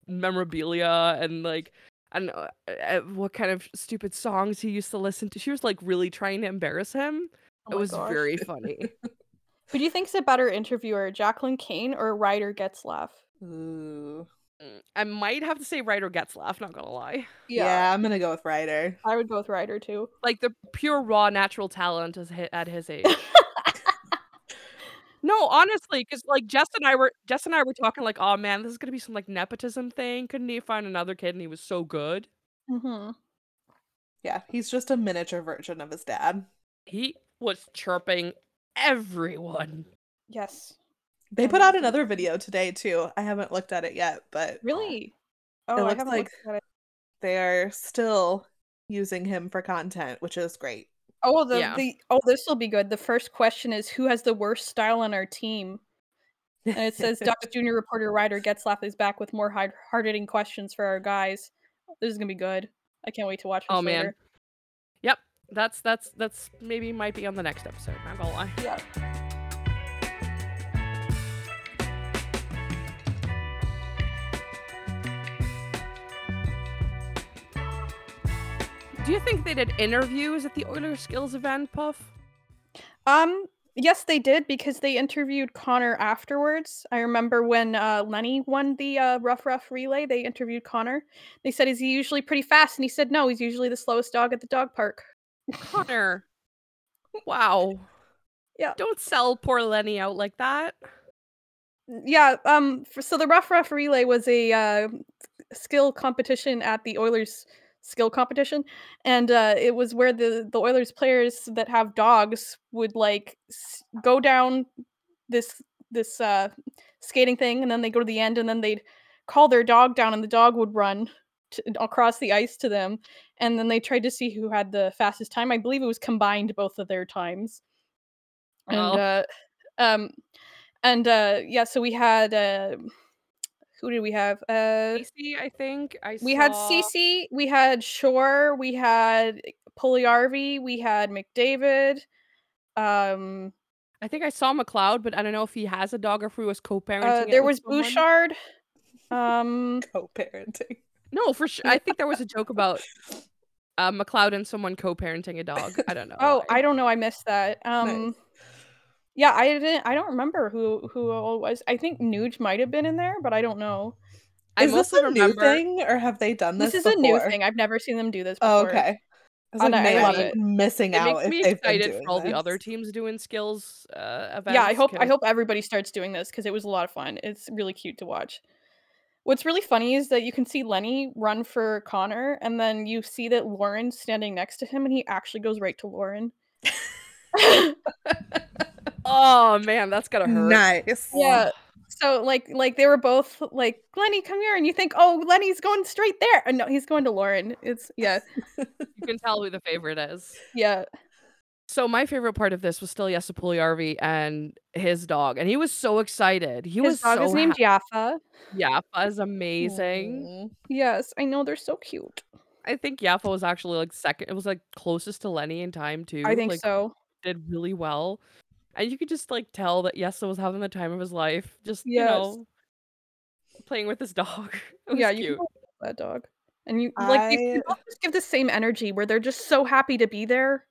A: memorabilia and like I don't know uh, uh, what kind of stupid songs he used to listen to. She was like really trying to embarrass him.
B: Oh
A: it
B: my
A: was
B: gosh.
A: very funny.
B: Who do you think's a better interviewer, Jacqueline Kane or Ryder Getzlaff?
C: Ooh.
A: Mm, I might have to say Ryder gets left, not gonna lie.
C: Yeah. I'm gonna go with Ryder.
B: I would go with Ryder too.
A: Like the pure raw natural talent is hi- at his age. no, honestly, because like Jess and I were Jess and I were talking like, oh man, this is gonna be some like nepotism thing. Couldn't he find another kid and he was so good?
B: hmm
C: Yeah, he's just a miniature version of his dad.
A: He was chirping everyone.
B: Yes.
C: They put out another video today too. I haven't looked at it yet, but
B: Really? Oh, I
C: looks
B: haven't
C: like-
B: looked at it.
C: they are still using him for content, which is great.
B: Oh, well, the,
A: Yeah.
B: the oh, this will be good. The first question is who has the worst style on our team? And it says Ducks junior reporter Ryder Getzlaff is back with more hard hitting questions for our guys. This is gonna be good. I can't wait to watch. This
A: Oh, man.
B: later.
A: That's that's that's maybe might be on the next episode, not gonna lie.
B: Yeah.
A: Do you think they did interviews at the Oilers Skills event, Puff?
B: Um, yes, they did because they interviewed Connor afterwards. I remember when uh, Lenny won the uh, Rough Rough Relay, they interviewed Connor. They said, Is he usually pretty fast? And he said, No, he's usually the slowest dog at the dog park.
A: Connor. Wow.
B: Yeah.
A: Don't sell poor Lenny out like that.
B: N- Yeah, um, f- so the Rough Rough Relay was a uh, skill competition at the Oilers skill competition and uh it was where the the Oilers players that have dogs would like s- go down this this uh skating thing and then they go to the end and then they'd call their dog down and the dog would run to, across the ice to them and then they tried to see who had the fastest time i believe it was combined both of their times and
A: Well.
B: uh um and uh yeah so we had uh who did we have uh
A: Casey, I think. I
B: we had
A: saw-
B: CC, we had Shore, we had Pugliarvi, we had McDavid. Um,
A: I think I saw McLeod, but I don't know if he has a dog or if he was co-parenting.
B: uh,
A: it
B: there
A: with
B: was
A: someone.
B: Bouchard. Um,
C: Co-parenting.
A: No, for sure. I think there was a joke about uh, McLeod and someone co-parenting a dog. I don't know.
B: oh,
A: why.
B: I don't know, I missed that.
C: Nice.
B: Um, yeah, I didn't. I don't remember who who all was. I think Nuge might have been in there, but I don't know.
A: I
C: is this
A: mostly
C: a new
A: remember.
C: thing, or have they done
B: This,
C: this?
B: is a new
C: before?
B: thing. I've never seen them do this. Before.
C: Oh, okay. was
B: Oh,
C: like,
B: no, I
C: man,
B: love
C: you're
B: it.
C: Missing
A: It
C: out.
A: makes
C: if
A: me
C: they've been
A: excited
C: doing
A: for all the
C: this.
A: other teams doing skills uh, events.
B: yeah i hope i
A: 'cause-
B: hope everybody starts doing this because it was a lot of fun it's really cute to watch what's really funny is that you can see lenny run for connor and then you see that lauren's standing next to him and he actually goes right to lauren
A: Oh man, that's gonna hurt.
C: Nice.
B: yeah so like like they were both like lenny come here and you think oh lenny's going straight there and no he's going to lauren it's yeah
A: You can tell who the favorite is.
B: yeah
A: So my favorite part of this was still Yes Puliarvi and his dog, and he was so excited. He was
B: his dog
A: so
B: is named Jaffa.
A: Yappa is amazing.
C: Mm.
B: Yes, I know they're so cute.
A: I think Yappa was actually like second. It was like closest to Lenny in time too.
B: I think
A: like,
B: so.
A: Did really well, and you could just like tell that Yessa was having the time of his life. Just you
B: Yes.
A: know, playing with his dog. It was
B: Yeah, you
A: cute.
B: can love that dog, and you like they, they
C: I-
B: both just give the same energy where they're just so happy to be there.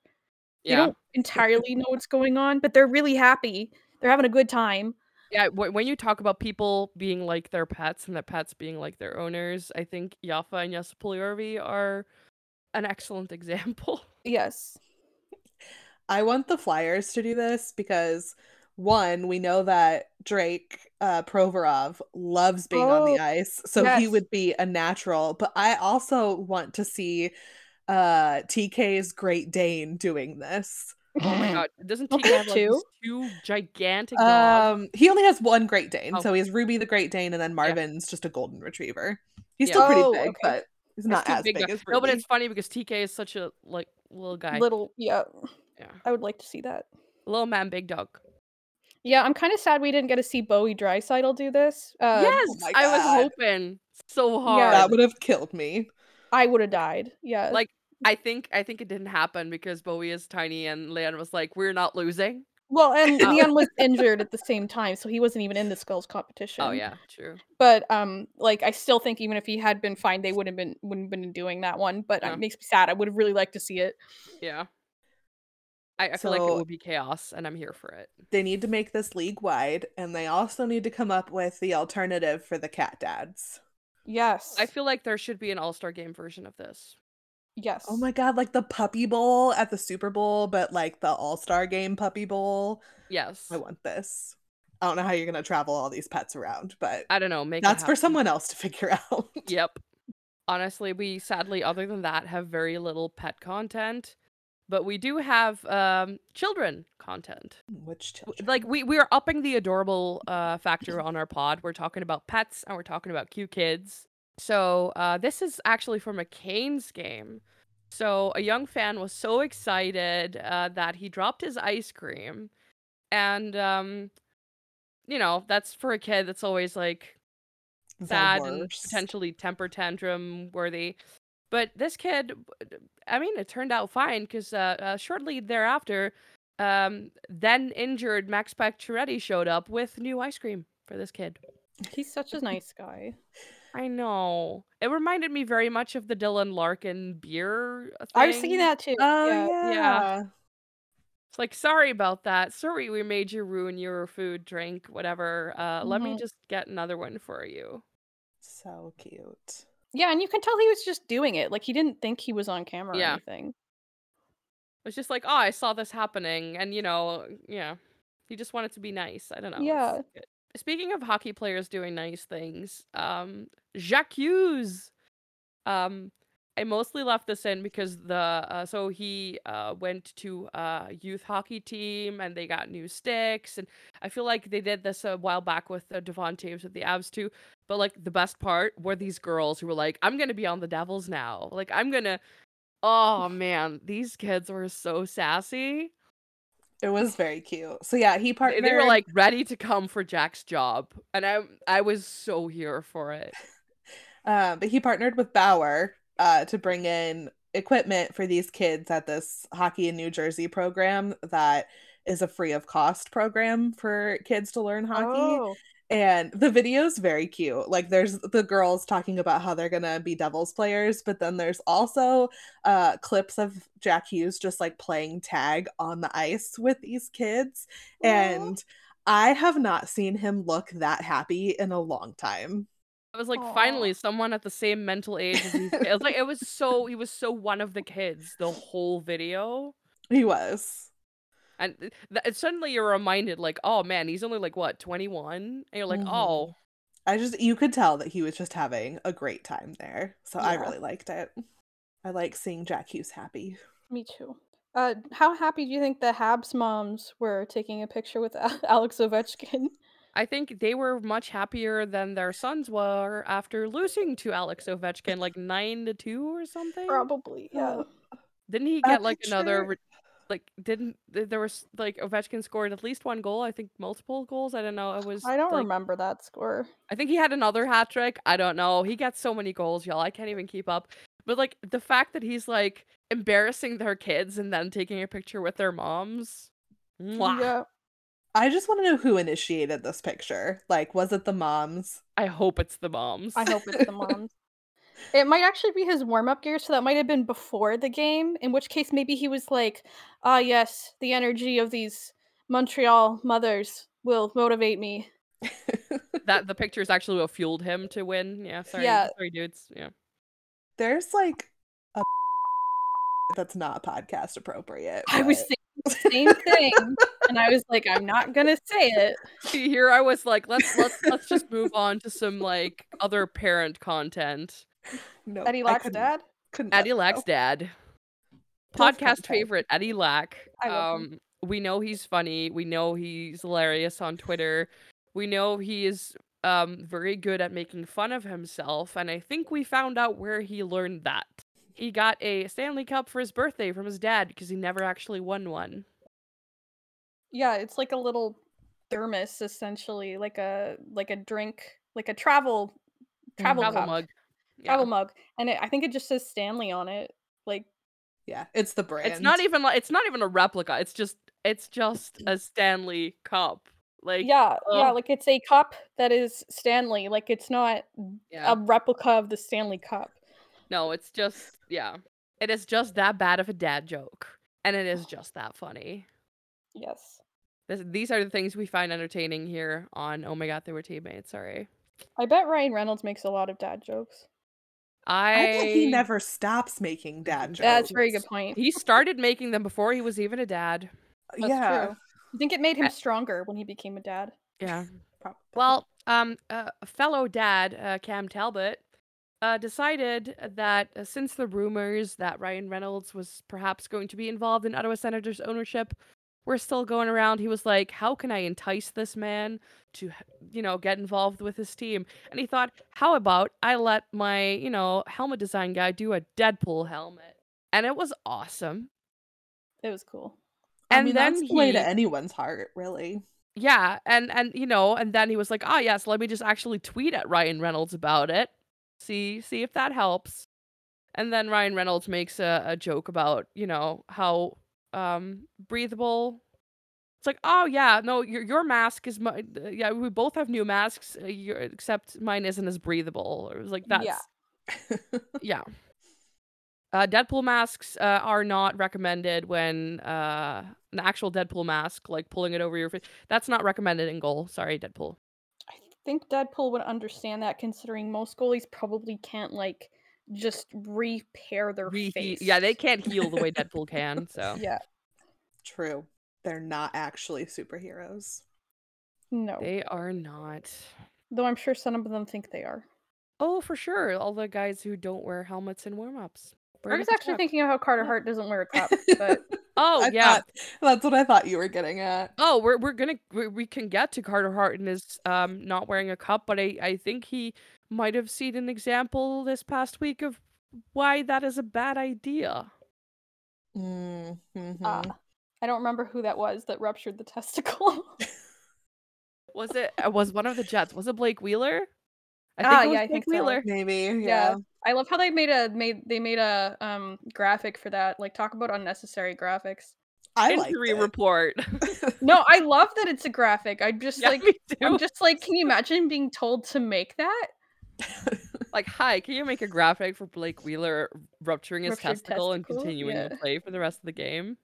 A: yeah,
B: They don't entirely know what's going on, but they're really happy. They're having a good time.
A: yeah. wh- When you talk about people being like their pets and the pets being like their owners, I think Yappa and Yessa Puliarvi are an excellent example.
B: Yes.
C: I want the Flyers to do this because one, we know that Drake uh, Provorov loves being on the
B: Oh,
C: ice, so he
B: yes.
C: would be a natural. But I also want to see uh, TK's Great Dane doing this.
A: Oh my god, doesn't
B: Okay,
A: TK have like, these
B: two.
A: two gigantic dogs?
C: Um, he only has one Great Dane,
A: Oh.
C: so he has Ruby the Great Dane, and then Marvin's just a Golden Retriever. He's
A: Yeah.
C: still pretty
B: Oh,
C: big,
B: okay.
C: but he's not
A: too
C: as big,
A: though.
C: as Ruby.
A: no, but it's funny because TK is such a like little guy.
B: Little. Oh, Yeah,
A: yeah.
B: I would like to see that.
A: Little man, big dog.
B: Yeah, I'm kind of sad we didn't get to see Bowie Drysidle do this. Uh,
A: yes,
C: Um, oh my
A: I was
C: God.
A: hoping so
B: Yeah.
A: hard.
C: that would have killed me.
B: I would have died. Yeah.
A: Like, I think I think it didn't happen because Bowie is tiny and Leon was like, "We're not losing."
B: well, and
A: Oh.
B: Leon was injured at the same time, so he wasn't even in the skulls competition.
A: Oh yeah, true.
B: but um like i still think even if he had been fined they would have been wouldn't have been doing that one but uh,
A: No.
B: it makes me sad i would have really liked to see it
A: Yeah. I, I feel like it
C: So-
A: would be chaos, and I'm here for it.
C: They need to make this league wide, and they also need to come up with the alternative for the cat dads.
B: yes
A: I feel like there should be an All Star Game version of this.
B: yes
C: Oh my god, like the puppy bowl at the Super Bowl, but like the All Star Game puppy bowl.
A: Yes.
C: I want this. I don't know how you're gonna travel all these pets around, but
A: I don't know. Make it
C: that's for
A: happen.
C: someone else to figure out.
A: Yep. Honestly, we sadly, other than that, have very little pet content, but we do have um, children content.
C: Which children?
A: W- Like we we are upping the adorable uh, factor on our pod. We're talking about pets and we're talking about cute kids. So uh, this is actually from a Canes game. So a young fan was so excited uh, that he dropped his ice cream, and um, you know that's for a kid. That's always like
C: The
A: sad and
C: worst.
A: potentially temper tantrum worthy. But this kid, I mean, it turned out fine because uh, uh, shortly thereafter, um, then injured Max Pacioretty showed up with new ice cream for this kid.
B: he's such a nice guy
A: I know it reminded me very much of the Dylan Larkin beer. uh, Thing.
B: i was thinking that too
C: Oh
B: yeah.
C: yeah.
A: yeah. It's like sorry about that. Sorry we made you ruin your food, drink, whatever. Uh, Let me
B: Mhm.
A: just get another one for you.
C: So cute.
B: yeah and you can tell he was just doing it like he didn't think he was on camera
A: Yeah.
B: or anything
A: It was just like, oh, I saw this happening, and you know, yeah, he just wanted to be nice. I don't know. it's
B: Yeah.
A: good. Speaking of hockey players doing nice things, um, Jacques Hughes, um, I mostly left this in because the uh, so he uh, went to uh, youth hockey team and they got new sticks, and I feel like they did this a while back with uh, Devon Taves with the Abs too. But like the best part were these girls who were like, "I'm gonna be on the Devils now. Like I'm gonna." Oh man, these kids were so sassy.
C: It was very cute. So yeah, he
A: They,
C: partnered.
A: they were like ready to come for Jack's job, and I I was so here for it.
C: Uh, but he partnered with Bauer uh, to bring in equipment for these kids at this hockey in New Jersey program that is a free of cost program for kids to learn hockey.
B: oh
C: And the video's very cute. Like there's the girls talking about how they're gonna be Devils players, but then there's also uh clips of Jack Hughes just like playing tag on the ice with these kids.
B: Aw.
C: And I have not seen him look that happy in a long time.
A: I was like,
B: Aw.
A: finally, someone at the same mental age. As these kids. Like it was so he was so one of the kids the whole video,
C: He was.
A: and th- th- suddenly you're reminded, like, oh man, he's only like what 21, and you're like,
C: Mhm.
A: oh,
C: I just you could tell that he was just having a great time there. So I
B: Yeah.
C: really liked it. I like seeing Jack Hughes happy.
B: Me too. Uh, how happy do you think the Habs moms were taking a picture with Al- Alex Ovechkin?
A: I think they were much happier than their sons were after losing to Alex Ovechkin, like nine to two or something.
B: Probably, yeah.
C: Oh,
A: Didn't he
C: that
A: get like another?
C: picture-
A: re- Like, didn't th- there was like Ovechkin scored at least one goal? I think multiple goals. I don't know. It was.
B: I don't
A: like,
B: remember that score.
A: I think he had another hat trick. I don't know. He got so many goals, y'all. I can't even keep up. But like the fact that he's like embarrassing their kids and then taking a picture with their moms. Mwah.
B: Yeah.
C: I just want to know who initiated this picture. Like, was it the moms?
A: I hope it's the moms.
B: I hope it's the moms. It might actually be his warm up gear, so that might have been before the game, in which case maybe he was like, ah, yes, the energy of these Montreal mothers will motivate me.
A: that the picture is actually what fueled him to win. Yeah, sorry,
B: Yeah.
A: sorry, dudes. Yeah,
C: There's like a that's not podcast appropriate.
B: I was
C: but-
B: thinking the same thing, and I was like, I'm not gonna say it.
A: here I was like, let's let's let's just move on to some like other parent content.
C: no,
B: Eddie
C: I
B: Lack's
C: couldn't-
B: dad.
C: couldn't let
A: Eddie
C: it
A: Lack's
C: go.
A: dad, podcast
C: That's content.
A: favorite Eddie Lack.
B: I love him.
A: Um, we know he's funny. We know he's hilarious on Twitter. We know he is um very good at making fun of himself, and I think we found out where he learned that. He got a Stanley Cup for his birthday from his dad because he never actually won one.
B: Yeah, it's like a little thermos, essentially, like a like a drink, like a travel travel,
A: Mm, Travel
B: cup,
A: mug. Yeah.
B: travel mug, and it, I think it just says Stanley on it. Like,
C: Yeah, it's the brand.
A: It's not even like it's not even a replica. It's just it's just a Stanley cup. Like um
B: yeah, yeah,
A: ugh.
B: like it's a cup that is Stanley. Like, it's not
A: yeah.
B: a replica of the Stanley Cup.
A: no, it's just yeah. It is just that bad of a dad joke, and it is just that funny.
B: Yes,
A: This, these are the things we find entertaining here on Oh my God, they were teammates. Sorry,
B: I bet Ryan Reynolds makes a lot of dad jokes.
A: I,
C: I bet he never stops making dad jokes.
B: That's a very good point.
A: he started making them before he was even a dad.
B: That's
C: yeah,
B: true. I think it made
A: I-
B: him stronger when he became a dad.
A: Yeah.
C: probably.
A: Well, um, uh, fellow dad uh, Cam Talbot uh, decided that uh, since the rumors that Ryan Reynolds was perhaps going to be involved in Ottawa Senators ownership were still going around, he was like, "How can I entice this man to, h- you know, get involved with his team?" And he thought, "How about I let my, you know, helmet design guy do a Deadpool helmet?" And it was awesome.
B: It was cool.
C: I
A: and
C: mean,
A: then
C: that's the way
A: he-
C: to anyone's heart, really.
A: yeah and and you know and then he was like oh yes let me just actually tweet at ryan reynolds about it see see if that helps and then ryan reynolds makes a, a joke about you know how um breathable it's like oh yeah no your your mask is my yeah we both have new masks uh, your, except mine isn't as breathable or it was like
B: Yeah.
A: that's yeah. Uh, Deadpool masks uh, are not recommended when uh, an actual Deadpool mask, like pulling it over your face, that's not recommended in goal. Sorry, Deadpool.
B: I think Deadpool would understand that, considering most goalies probably can't like just repair their
A: Re- he-
B: face.
A: yeah, they can't heal the way Deadpool can. So
B: Yeah.
C: True. They're not actually superheroes.
B: No.
A: they are not.
B: Though I'm sure some of them think they are.
A: Oh, for sure. All the guys who don't wear helmets in warm ups.
B: I was actually thinking of how Carter
C: Yeah.
B: Hart doesn't wear a cup, but
A: Oh
C: I
A: yeah.
C: thought- that's what I thought you were getting at.
A: Oh, we're we're gonna we, we can get to Carter Hart and his um not wearing a cup, but I I think he might have seen an example this past week of why that is a bad idea.
C: Mm,
B: uh,
A: Hmm.
C: mhm.
B: I don't remember who that was that ruptured the testicle.
A: Was it uh, was one of the Jets? Was it Blake Wheeler? I
B: Ah,
A: it was
B: yeah, I think so.
C: Maybe.
B: yeah.
C: Yeah.
B: I love how they made a made they made a um graphic for that. Like talk about unnecessary graphics.
C: I like
A: Injury report.
B: No, I love that it's a graphic. I just
A: Yeah,
B: like
A: me too.
B: I'm just like, can you imagine being told to make that?
A: like, hi, can you make a graphic for Blake Wheeler rupturing his
B: Ruptured
A: testicle, and
B: testicle?
A: continuing to
B: Yeah.
A: play for the rest of the game?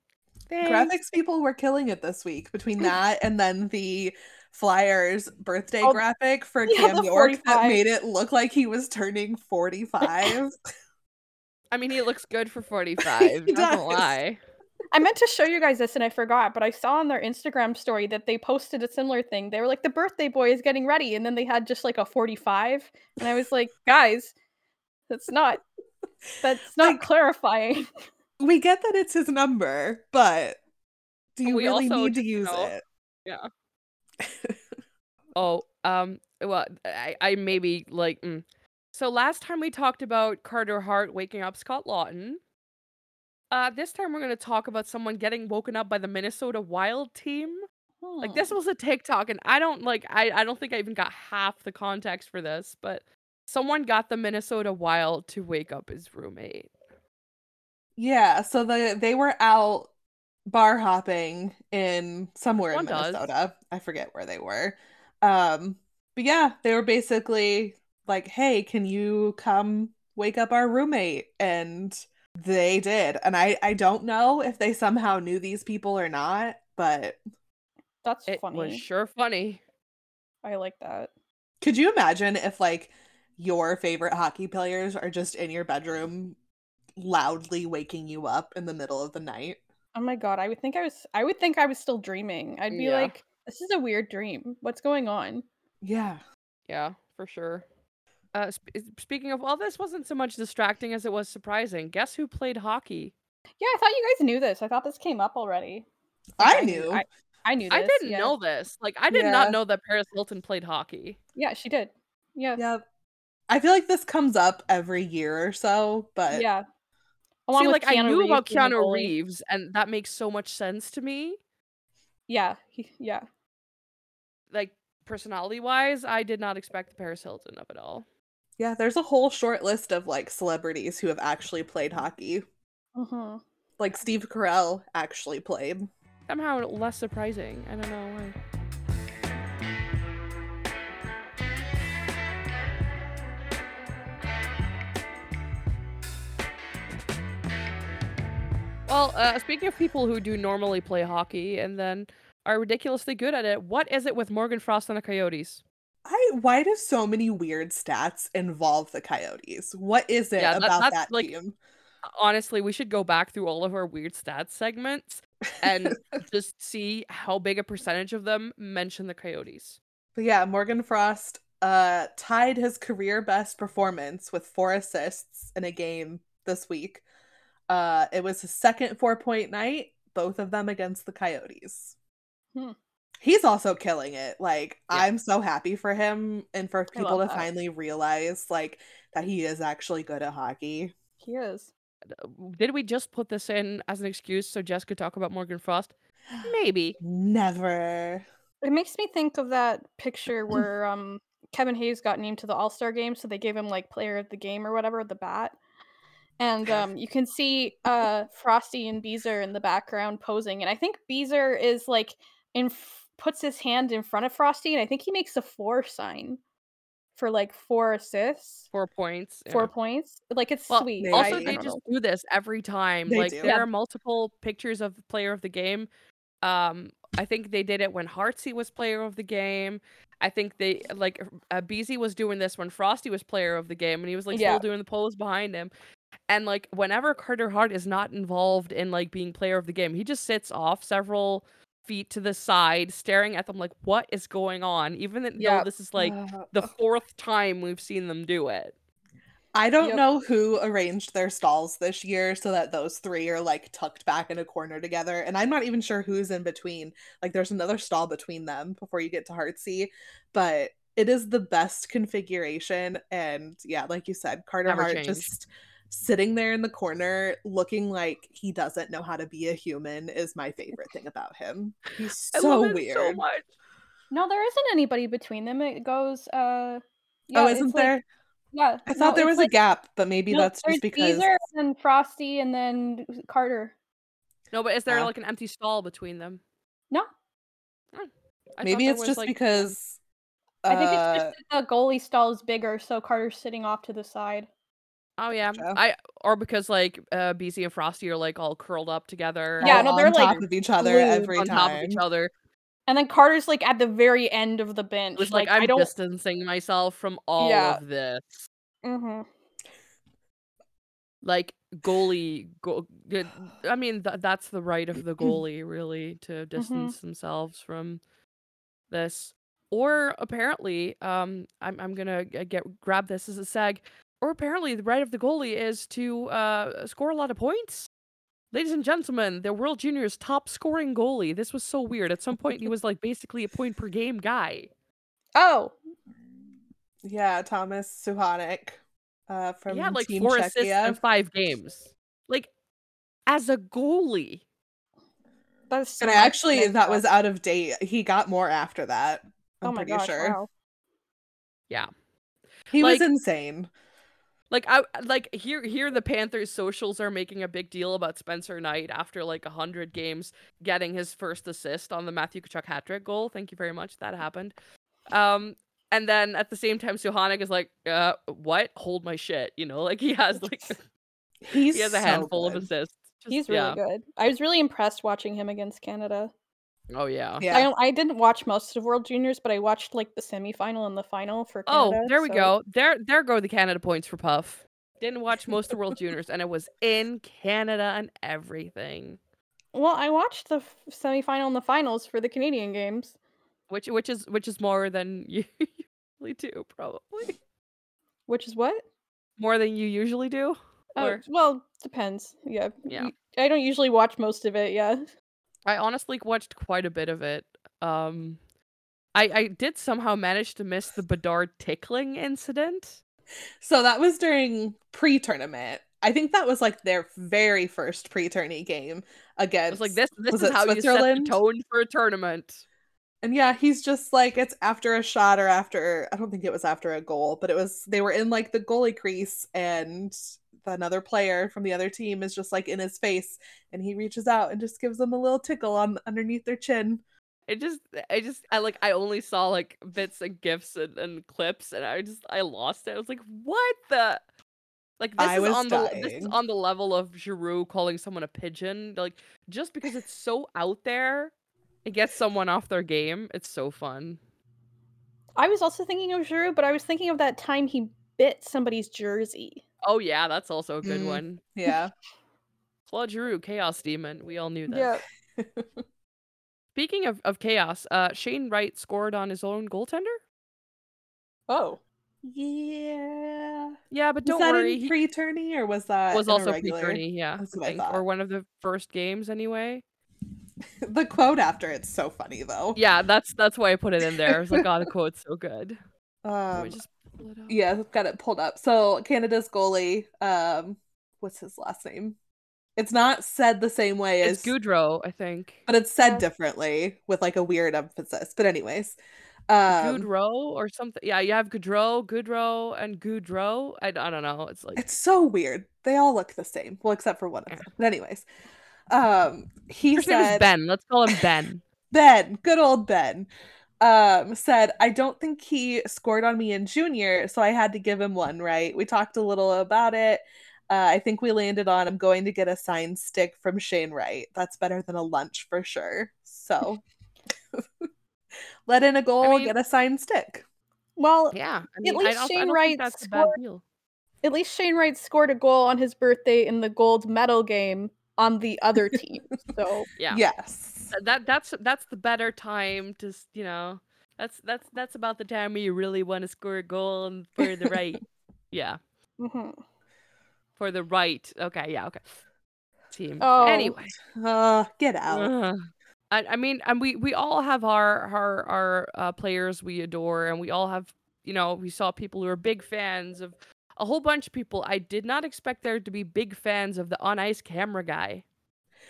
C: Graphics people were killing it this week between that and then the Flyers birthday
B: Oh,
C: graphic for
B: yeah,
C: Cam
B: the
C: York that
B: 45.
C: made it look like he was turning 45.
A: I mean, he looks good for 45.
C: He
A: not gonna
C: does.
A: lie.
B: I meant to show you guys this and I forgot, but I saw on their Instagram story that they posted a similar thing. They were like, the birthday boy is getting ready. And then they had just like a 45. And I was like, guys, that's not, that's not
C: Like-
B: clarifying.
C: we get that it's his number, but do you
A: We
C: really
A: also
C: need to
A: don't
C: use
A: know.
C: it?
A: Oh, um, well, I, I maybe like. Mm. So last time we talked about Carter Hart waking up Scott Lawton. Uh, this time we're going to talk about someone getting woken up by the Minnesota Wild team. Like this
B: Hmm.
A: was a TikTok, and I don't like. I I don't think I even got half the context for this, but someone got the Minnesota Wild to wake up his roommate.
C: Yeah, so the they were out bar hopping in somewhere in
A: One does.
C: Minnesota. I forget where they were. Um, but yeah, they were basically like, "Hey, can you come wake up our roommate?" And they did. And I I don't know if they somehow knew these people or not, but
B: That's
A: It
B: funny.
A: was sure funny.
B: I like that.
C: could you imagine if like your favorite hockey players are just in your bedroom loudly waking you up in the middle of the night?
B: Oh my god, I would think I was I would think I was still dreaming. I'd be
A: Yeah.
B: like, this is a weird dream. What's going on?
C: Yeah.
A: Yeah, for sure. Uh, sp- is- speaking of, well, this wasn't so much distracting as it was surprising. Guess who played hockey?
B: Yeah, I thought you guys knew this. I thought this came up already.
C: I
B: Like,
C: knew.
B: I, I knew this.
A: I didn't
B: yeah.
A: know this. Like, I did not
C: Yeah.
A: know that Paris Hilton played hockey.
B: Yeah, she did. Yeah.
C: Yep. I feel like this comes up every year or so, but yeah,
B: Yeah.
A: See,
B: Oh, with
A: like, I
B: Keanu
A: knew about
B: Reeves being the
A: Keanu
B: goalie.
A: Reeves, and that makes so much sense to me.
B: Yeah. He, yeah.
A: Like, personality wise, I did not expect the Paris Hilton of it all.
C: there's a whole short list of like celebrities who have actually played hockey.
B: hmm
C: Like Steve Carell actually played.
A: Somehow less surprising. I don't know why. Well, uh, speaking of people who do normally play hockey and then are ridiculously good at it, what is it with Morgan Frost and the Coyotes?
C: I why do so many weird stats involve the Coyotes? What is it
A: Yeah, that-
C: about
A: that's,
C: that
A: like,
C: team?
A: Honestly, we should go back through all of our weird stats segments and just see how big a percentage of them mention the Coyotes.
C: But yeah, Morgan Frost uh tied his career best performance with four assists in a game this week. Uh it was his second four point night, both of them against the Coyotes.
B: Hmm.
C: He's also killing it. Like
A: Yeah.
C: I'm so happy for him and for people
B: love
C: to
B: that.
C: finally realize like that he is actually good at hockey.
B: He is.
A: w- did we just put this in as an excuse so Jess could talk about Morgan Frost? Maybe.
C: Never.
B: It makes me think of that picture where um Kevin Hayes got named to the All Star game, so they gave him like player of the game or whatever, the bat. And
C: Yeah.
B: um, you can see uh, Frosty and Beezer in the background posing. And I think Beezer is like, in f- puts his hand in front of Frosty, and I think he makes a four sign for like four assists,
A: Four points.
B: four
A: yeah.
B: points. Like it's
A: Well,
B: sweet.
A: Also,
B: I- I
A: they
B: don't
A: just
B: know.
A: do this every time.
C: They
A: like
C: do.
A: there
B: Yeah.
A: are multiple pictures of the player of the game. Um, I think they did it when Hartsey was player of the game. I think they like uh, Beasley was doing this when Frosty was player of the game, and he was like
B: Yeah.
A: still doing the pose behind him. And like whenever Carter Hart is not involved in like being player of the game, he just sits off several feet to the side, staring at them like, "What is going on?" Even th- though
B: Yep.
A: this is like
C: Uh,
A: the fourth time we've seen them do it.
C: I don't
B: Yep.
C: know who arranged their stalls this year so that those three are like tucked back in a corner together. And I'm not even sure who's in between. Like there's another stall between them before you get to Heartsea, but it is the best configuration. And yeah, like you said, Carter
A: Never
C: Hart
A: changed.
C: just sitting there in the corner looking like he doesn't know how to be a human is my favorite thing about him. He's
A: I
C: so
A: love it
C: weird. Oh,
A: so much.
B: No, there isn't anybody between them. It goes. uh
C: oh,
B: it's,
C: isn't
B: like-
C: there?
B: yeah.
C: I thought
B: no,
C: there
B: it's
C: was
B: like-
C: a gap, but maybe
B: no,
C: that's
B: there's
C: just because
B: Beezer and then Frosty and then Carter.
A: No, but is there
C: Uh,
A: like an empty stall between them?
B: No.
A: Hmm. I
C: maybe
A: thought there
C: it's
A: was,
C: just
A: like,
C: because
B: I think it's
C: uh,
B: just that the goalie stall is bigger, so Carter's sitting off to the side.
A: Oh yeah,
C: Gotcha.
A: I or because like uh, BC and Frosty are like all curled up together.
B: Yeah,
C: all
B: no, they're,
C: on
B: like,
C: top of each other
B: glued
C: every
A: on
C: time.
A: top of each other.
B: And then Carter's like at the very end of the bench.
A: It was
B: like,
A: like, I'm
B: I don't.
A: distancing myself from all
B: Yeah.
A: of this.
B: Mhm.
A: Like goalie, go- good- I mean, th- that's the right of the goalie, really, to
C: Mm-hmm.
A: distance themselves from this. Or apparently, um, I'm I'm gonna g- get grab this as a seg. Or apparently, the right of the goalie is to uh, score a lot of points. Ladies and gentlemen, the World Juniors top scoring goalie. This was so weird. At some point, he was like basically a point per game guy.
B: Oh,
C: Yeah, Thomas Suhanik uh, from
A: yeah, like
C: Team
A: four assists
C: Czechia.
A: in five games. Like as a goalie,
B: that's. so
C: and I
B: much
C: actually,
B: connected
C: that was
B: up.
C: out of date. He got more after that. I'm
B: oh my
C: pretty
B: gosh!
C: sure.
B: Wow.
C: He was
A: Like-
C: insane.
A: like I like here here the Panthers socials are making a big deal about Spencer Knight after like hundred games getting his first assist on the Matthew Kachuk hat trick goal. Thank you very much. That happened. Um, and then at the same time, Suhanik is like, uh, "What? Hold my shit!" You know, like he has like
C: He's
A: he has a
C: so
A: handful
C: good.
A: of assists. Just-
B: He's really good. I was really impressed watching him against Canada.
A: Oh yeah.
C: Yeah.
B: I don't, I didn't watch most of World Juniors, but I watched like the semifinal and the final for
A: Oh,
B: Canada.
A: there we
B: so-
A: go. There there go the Canada points for Puff. Didn't watch most of World Juniors and it was in Canada and everything.
B: Well, I watched the f- semifinal and the finals for the Canadian games.
A: Which which is which is more than you usually do, probably.
B: Which is what?
A: More than you usually do?
B: Oh,
A: Or
B: well, depends. Yeah.
A: Yeah.
B: y- I don't usually watch most of it. Yeah.
A: I honestly watched quite a bit of it. Um I I did somehow manage to miss the Bedard tickling incident.
C: So that was during pre-tournament. I think that was like their very first pre-tourney game
A: I
C: against
A: was like this this
C: was
A: is
C: it
A: how you set the
C: Switzerland?
A: tone for a tournament.
C: And yeah, he's just like it's after a shot or after I don't think it was after a goal, but it was they were in like the goalie crease and another player from the other team is just like in his face and he reaches out and just gives them a little tickle on underneath their chin.
A: It just, I just, I like, I only saw like bits and gifs and, and clips, and I just, I lost it. I was like, what the? Like this
C: I
A: is
C: was
A: on the le- this is
C: dying.
A: on the level of Giroux calling someone a pigeon. Like just because it's so out there, it gets someone off their game. It's so fun.
B: I was also thinking of Giroud, but I was thinking of that time he bit somebody's jersey.
A: Oh yeah, that's also a good
C: Mm.
A: one.
C: Yeah.
A: Claude Giroux, Chaos Demon. We all knew that.
B: Yeah.
A: Speaking of, of chaos, uh, Shane Wright scored on his own goaltender.
B: Oh.
C: yeah.
A: Yeah, but
C: was
A: don't
C: that
A: worry.
C: in
A: he-
C: pre-tourney or was that
A: was
C: uh, in a
A: also pre
C: regular?
A: tourney, yeah,
C: That's
A: I
C: what I
A: think, or
C: thought.
A: one of the first games anyway.
C: The quote after it's so funny though.
A: Yeah, that's that's why I put it in there. I was like, oh, the quote's so good. Let me
C: Um,
A: just pull it up.
C: Yeah, I've got it pulled up. So Canada's goalie, um, what's his last name? It's not said the same way
A: it's
C: as
A: Goudreau, I think.
C: but it's said
B: Yeah.
C: differently with like a weird emphasis. But anyways, um,
A: Goudreau or something. Yeah, you have Goudreau, Goudreau, and Goudreau. I, I don't know. It's like
C: it's so weird. They all look the same, well, except for one of
A: Yeah.
C: them. But anyways, um, he
A: eh. his name is
C: said
A: Ben. Let's call him Ben.
C: Ben, good old Ben, um, said, I don't think he scored on me in junior, so I had to give him one, right? We talked a little about it. Uh, I think we landed on I'm going to get a signed stick from Shane Wright. That's better than a lunch for sure. So let in a goal,
A: mean-
C: get a signed stick.
B: Well,
A: Yeah, I mean,
B: least
A: I also, I
B: Shane
A: don't
B: Wright
A: think that's a bad
B: scored-
A: deal.
B: at least Shane Wright scored a goal on his birthday in the gold medal game on the other team. So
A: Yeah,
C: Yes.
A: Th- that that's that's the better time to s- you know that's that's that's about the time where you really want to score a goal and for the right. yeah,
B: mhm.
A: for the right. Okay, yeah, okay. Team.
B: Oh.
A: Anyway.
C: Uh, get out.
A: Ugh. I, I mean, and we we all have our our our uh, players we adore, and we all have you know we saw people who are big fans of a whole bunch of people. I did not expect there to be big fans of the on ice camera guy.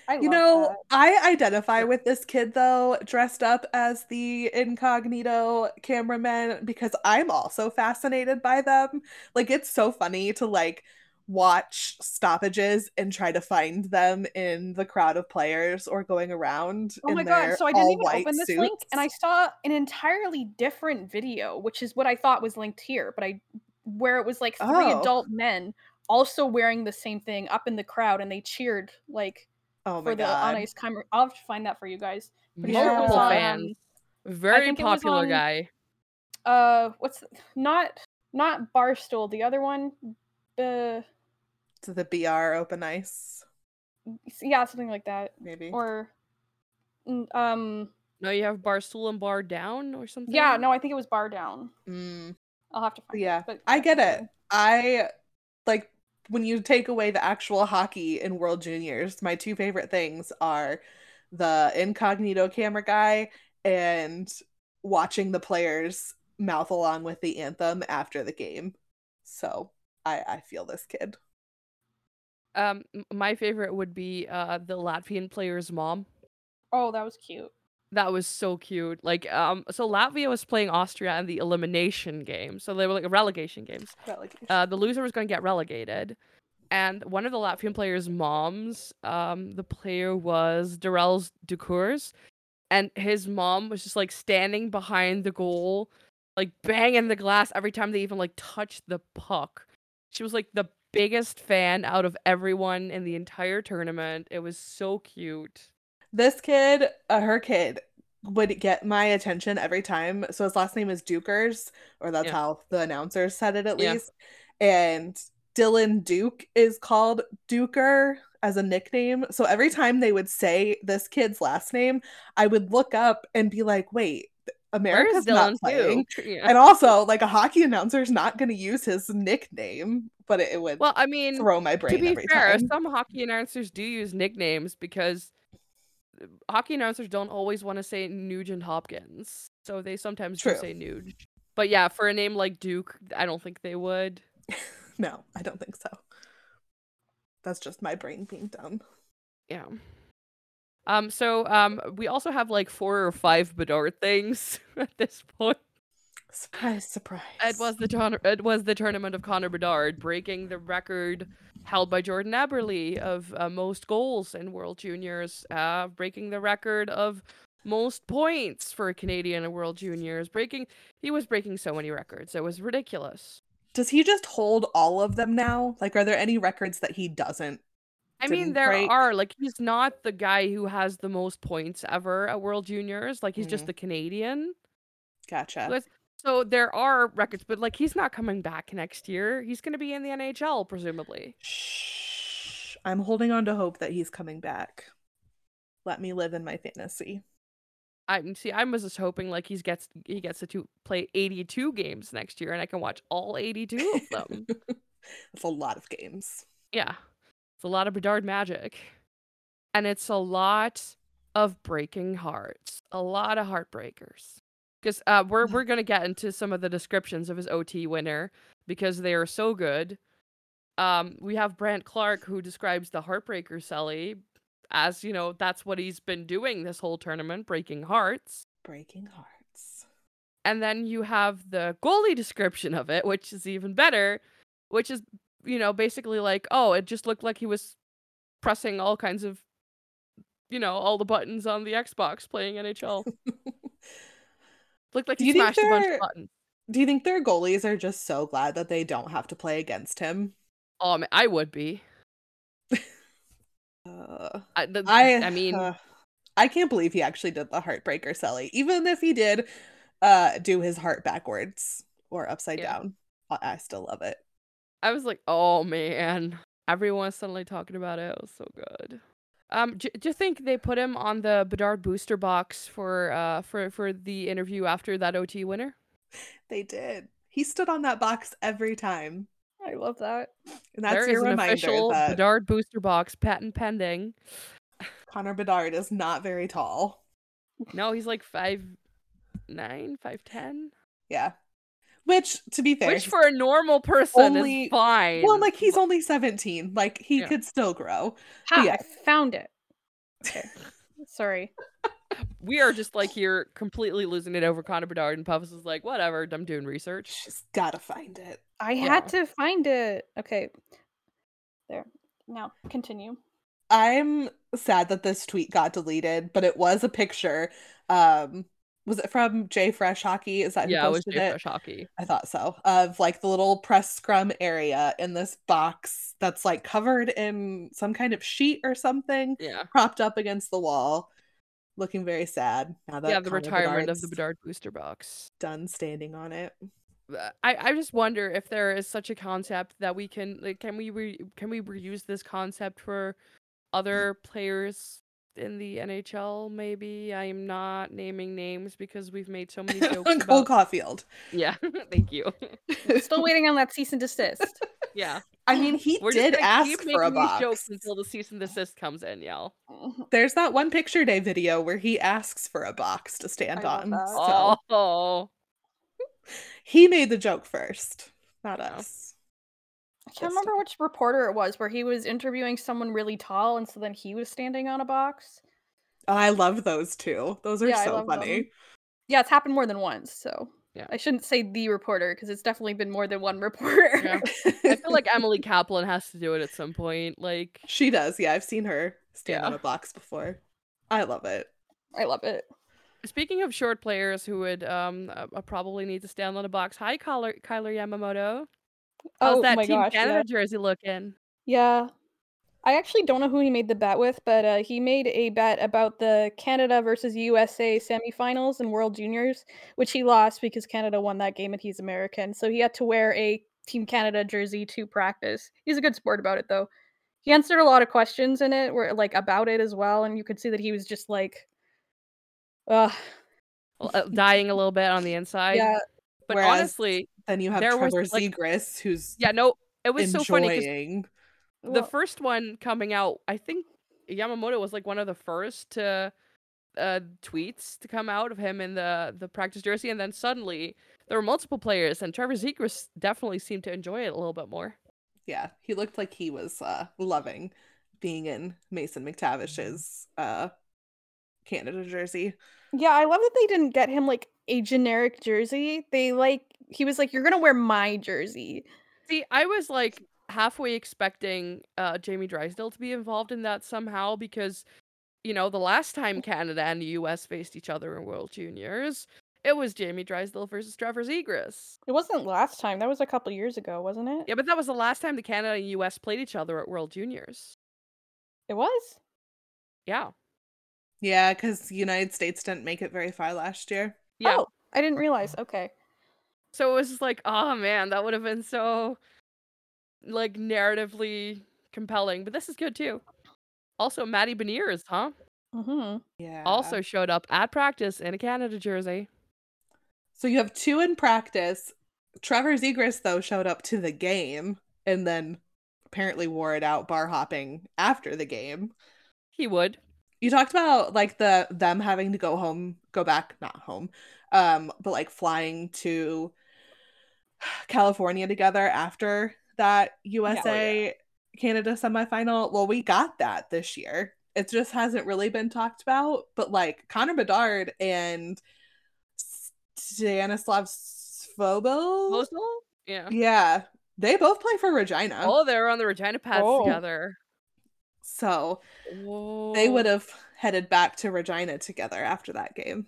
B: I
C: You
B: love
C: know,
B: that.
C: I identify with this kid though, dressed up as the incognito cameraman because I'm also fascinated by them. Like it's so funny to like watch stoppages and try to find them in the crowd of players or going around.
B: Oh
C: in
B: my god!
C: their
B: So I didn't even
C: all-white
B: open this link, and I
C: suits.
B: saw an entirely different video, which is what I thought was linked here, but I where it was like three
C: Oh.
B: adult men also wearing the same thing up in the crowd, and they cheered like
C: oh my
B: for the
C: god.
B: on ice camera. I'll have to find that for you guys. Pretty sure it
A: Multiple
B: was on, um,
A: fans. Very
B: think it was
A: popular
B: on-
A: guy.
B: Uh, what's th- not not Barstool? The other one, the
C: To the BR open ice,
B: yeah, something like that,
C: maybe.
B: or n- um,
A: No, you have Barstool and Bar Down or something.
B: yeah, no, I think it was Bar Down.
C: Mm,
B: I'll have to find.
C: yeah,
B: it, but
C: I get
B: that's
C: it. I like when you take away the actual hockey in World Juniors. My two favorite things are the incognito camera guy and watching the players mouth along with the anthem after the game. So I I feel this kid.
A: Um, m- my favorite would be uh the Latvian player's mom.
B: Oh, that was cute.
A: That was so cute. Like, um, so Latvia was playing Austria in the elimination game, so they were like relegation games.
C: But like,
A: Uh, the loser was going to get relegated, and one of the Latvian players' moms, um, the player was Darrell's Ducours, and his mom was just like standing behind the goal, like banging the glass every time they even like touched the puck. She was like the biggest fan out of everyone in the entire tournament. It was so cute.
C: this kid, uh, her kid, would get my attention every time. So his last name is Dukers, or that's
A: Yeah.
C: how the announcer said it at
A: Yeah.
C: least. And Dylan Duke is called Duker as a nickname. So every time they would say this kid's last name, I would look up and be like, wait, America's not playing.
A: Duke? Yeah.
C: And also, like a hockey announcer's not going to use his nickname, but it, it would
A: Well, I mean,
C: throw my brain
A: to be
C: every
A: fair,
C: time.
A: some hockey announcers do use nicknames because uh, hockey announcers don't always want to say Nugent Hopkins, so they sometimes
C: True.
A: do say Nuge. But yeah, for a name like Duke, I don't think they would.
C: No, I don't think so. That's just my brain being dumb.
A: Yeah. Um. So um, we also have like four or five Bedard things at this point.
C: Surprise, surprise.
A: It was the tourna- it was the tournament of Connor Bedard breaking the record held by Jordan Eberle of uh, most goals in World Juniors, uh, breaking the record of most points for a Canadian in World Juniors. Breaking he was breaking so many records, it was ridiculous.
C: Does he just hold all of them now? Like, are there any records that he doesn't?
A: I mean,
C: didn't
A: there
C: break.
A: are like he's not the guy who has the most points ever at World Juniors. Like he's just the Canadian.
C: Gotcha.
A: Let's- So there are records, but like he's not coming back next year. He's going to be in the NHL presumably.
C: Shh. I'm holding on to hope that he's coming back. Let me live in my fantasy.
A: I see. I was just hoping like he's gets he gets to two, play eighty two games next year, and I can watch all eighty two of them.
C: That's a lot of games.
A: yeah, it's a lot of Bedard magic, and it's a lot of breaking hearts, a lot of heartbreakers. Because uh, we're
C: Yeah.
A: we're gonna get into some of the descriptions of his OT winner because they are so good. Um, we have Brant Clark who describes the heartbreaker Sully as you know that's what he's been doing this whole tournament, breaking hearts.
C: Breaking hearts.
A: And then you have the goalie description of it, which is even better, which is, you know, basically like, oh, it just looked like he was pressing all kinds of, you know, all the buttons on the Xbox playing NHL. looked like
C: Do
A: he
C: you think
A: smashed a bunch
C: they're-
A: of buttons.
C: Do you think their goalies are just so glad that they don't have to play against him?
A: Oh, man, I would be.
C: Uh,
A: I, the,
C: I
A: I mean,
C: uh, I can't believe he actually did the heartbreaker Sully, even if he did uh do his heart backwards or upside
A: Yeah.
C: down. I, I still love it.
A: I was like, oh man, everyone's suddenly talking about it. It was so good. Um, j- do you think they put him on the Bedard booster box for uh for for the interview after that OT winner?
C: They did. He stood on that box every time.
B: I love that.
C: And that's
A: there
C: your
A: is an
C: reminder
A: official
C: that
A: Bedard booster box patent pending.
C: Connor Bedard is not very tall.
A: No, he's like five nine, five ten.
C: Yeah. Which to be fair,
A: Which
C: he's-
A: for a normal person
C: Only-
A: is fine.
C: well, like he's only 17. Like he
A: Yeah.
C: could still grow.
B: Ha!
C: yeah.
B: I found it. Okay. Sorry.
A: we are just like here completely losing it over Connor Bedard, and Puffs is like, whatever, I'm doing research.
C: Just gotta find it.
B: I had to find it. Okay. There. Now continue.
C: I'm sad that this tweet got deleted, but it was a picture. Um, was it from J Fresh Hockey? Is that who
A: yeah, it was
C: posted
A: Jay
C: it?
A: Fresh Hockey.
C: I thought so. Of like the little press scrum area in this box that's like covered in some kind of sheet or something,
A: Yeah.
C: propped up against the wall. looking very sad now that
A: yeah, the
C: Connor
A: retirement of the
C: Bedard's
A: Bedard booster box.
C: done standing on it.
A: Uh, I, I just wonder if there is such a concept that we can like can we re- can we reuse this concept for other players in the NHL maybe I'm not naming names because we've made so many jokes
C: on Cole
A: about
C: Caulfield.
A: yeah thank you
B: Still waiting on that cease and desist.
A: yeah
C: I mean, he
A: we're just
C: did
A: gonna
C: ask
A: keep
C: for a
A: making these
C: box.
A: jokes until the cease and desist comes in y'all
B: Mm-hmm.
C: There's that one picture day video where he asks for a box to stand
B: I love
C: on.
B: that.
C: So
A: oh,
C: he made the joke first, not
A: Wow.
C: us.
B: I can't remember which reporter it was where he was interviewing someone really tall, and so then he was standing on a box.
C: Oh, I love those two. Those are
B: Yeah, I
C: so
B: love them.
C: funny.
B: Yeah, it's happened more than once, so
A: Yeah.
B: I shouldn't say the reporter because it's definitely been more than one reporter.
A: Yeah. I feel like Emily Kaplan has to do it at some point like
C: she does. Yeah, I've seen her stand on
A: Yeah.
C: a box before. I love it.
B: I love it.
A: Speaking of short players who would um uh, uh, probably need to stand on a box, hi Kyler, Kyler Yamamoto. How's
B: oh
A: that
B: my
A: Team
B: gosh, yeah.
A: Canada jersey looking?
B: Yeah. I actually don't know who he made the bet with, but uh, he made a bet about the Canada versus USA semifinals and World Juniors, which he lost because Canada won that game and he's American. So he had to wear a Team Canada jersey to practice. He's a good sport about it, though. He answered a lot of questions in it, where like about it as well, and you could see that he was just like, "Ugh,
A: Well, uh, Dying a little bit on the inside.
B: yeah,
A: But
C: Whereas-
A: honestly,
C: Then you have
A: There was,
C: Trevor
A: like-
C: Zegras, who's
A: yeah, no, it was so funny because
C: enjoying.
A: the
B: well,
A: first one coming out, I think Yamamoto was like one of the first to uh, tweets to come out of him in the the practice jersey, and then suddenly there were multiple players, and Trevor Zegras definitely seemed to enjoy it a little bit more.
C: yeah, he looked like he was uh, loving being in Mason McTavish's uh, Canada jersey.
B: Yeah, I love that they didn't get him like a generic jersey. They like he was like, "You're gonna wear my jersey."
A: See, I was like halfway expecting uh, Jamie Drysdale to be involved in that somehow because, you know, the last time Canada and the U.S. faced each other in World Juniors, it was Jamie Drysdale versus Trevor Zegras.
B: It wasn't last time. That was a couple years ago, wasn't it?
A: Yeah, but that was the last time the Canada and U.S. played each other at World Juniors.
B: It was.
A: Yeah,
C: Yeah, because the United States didn't make it very far last year.
A: yeah.
B: Oh, I didn't realize.
A: Mm-hmm.
B: Okay.
A: So it was just like, oh man, that would have been so, like, narratively compelling. But this is good too. Also, Maddie Beniers, huh?
B: Mm-hmm.
C: Yeah.
A: Also showed up at practice in a Canada jersey.
C: so you have two in practice. Trevor Zegras, though, showed up to the game and then apparently wore it out bar hopping after the game.
A: He would.
C: You talked about like the them having to go home, go back, not home, um, but like flying to California together after that USA Canada semifinal. Well, we got that this year. It just hasn't really been talked about, but like Connor Bedard and Stanislav Svobo,
A: Postal? Yeah.
C: yeah, they both play for Regina.
A: Oh, they were on the Regina pads
B: Oh.
A: together.
C: So
A: Whoa.
C: they would have headed back to Regina together after that game.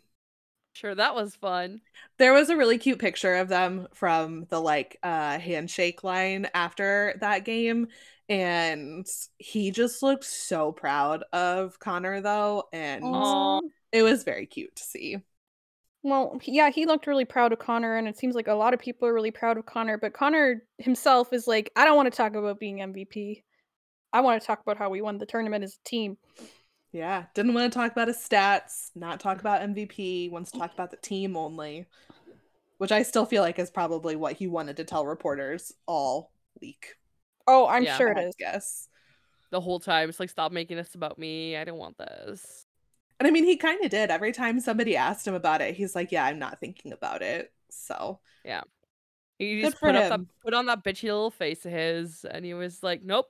A: Sure, that was fun.
C: There was a really cute picture of them from the like uh handshake line after that game and he just looked so proud of Connor though and
A: Aw.
C: it was very cute to see.
B: Well, he- yeah, he looked really proud of Connor, and it seems like a lot of people are really proud of Connor. But Connor himself is like, I don't want to talk about being MVP. I want to talk about how we won the tournament as a team.
C: Yeah, didn't want to talk about his stats, not talk about MVP, wants to talk about the team only, which I still feel like is probably what he wanted to tell reporters all week.
B: Oh, I'm
A: Yeah,
B: sure it
C: I
B: is.
C: guess.
A: The whole time. It's like, stop making this about me. I don't want this.
C: And I mean, he kind of did. Every time somebody asked him about it, he's like, "Yeah, I'm not thinking about it." So
A: He
C: Good
A: just
C: for
A: put, up that,
C: him.
A: put on that bitchy little face of his, and he was like, nope.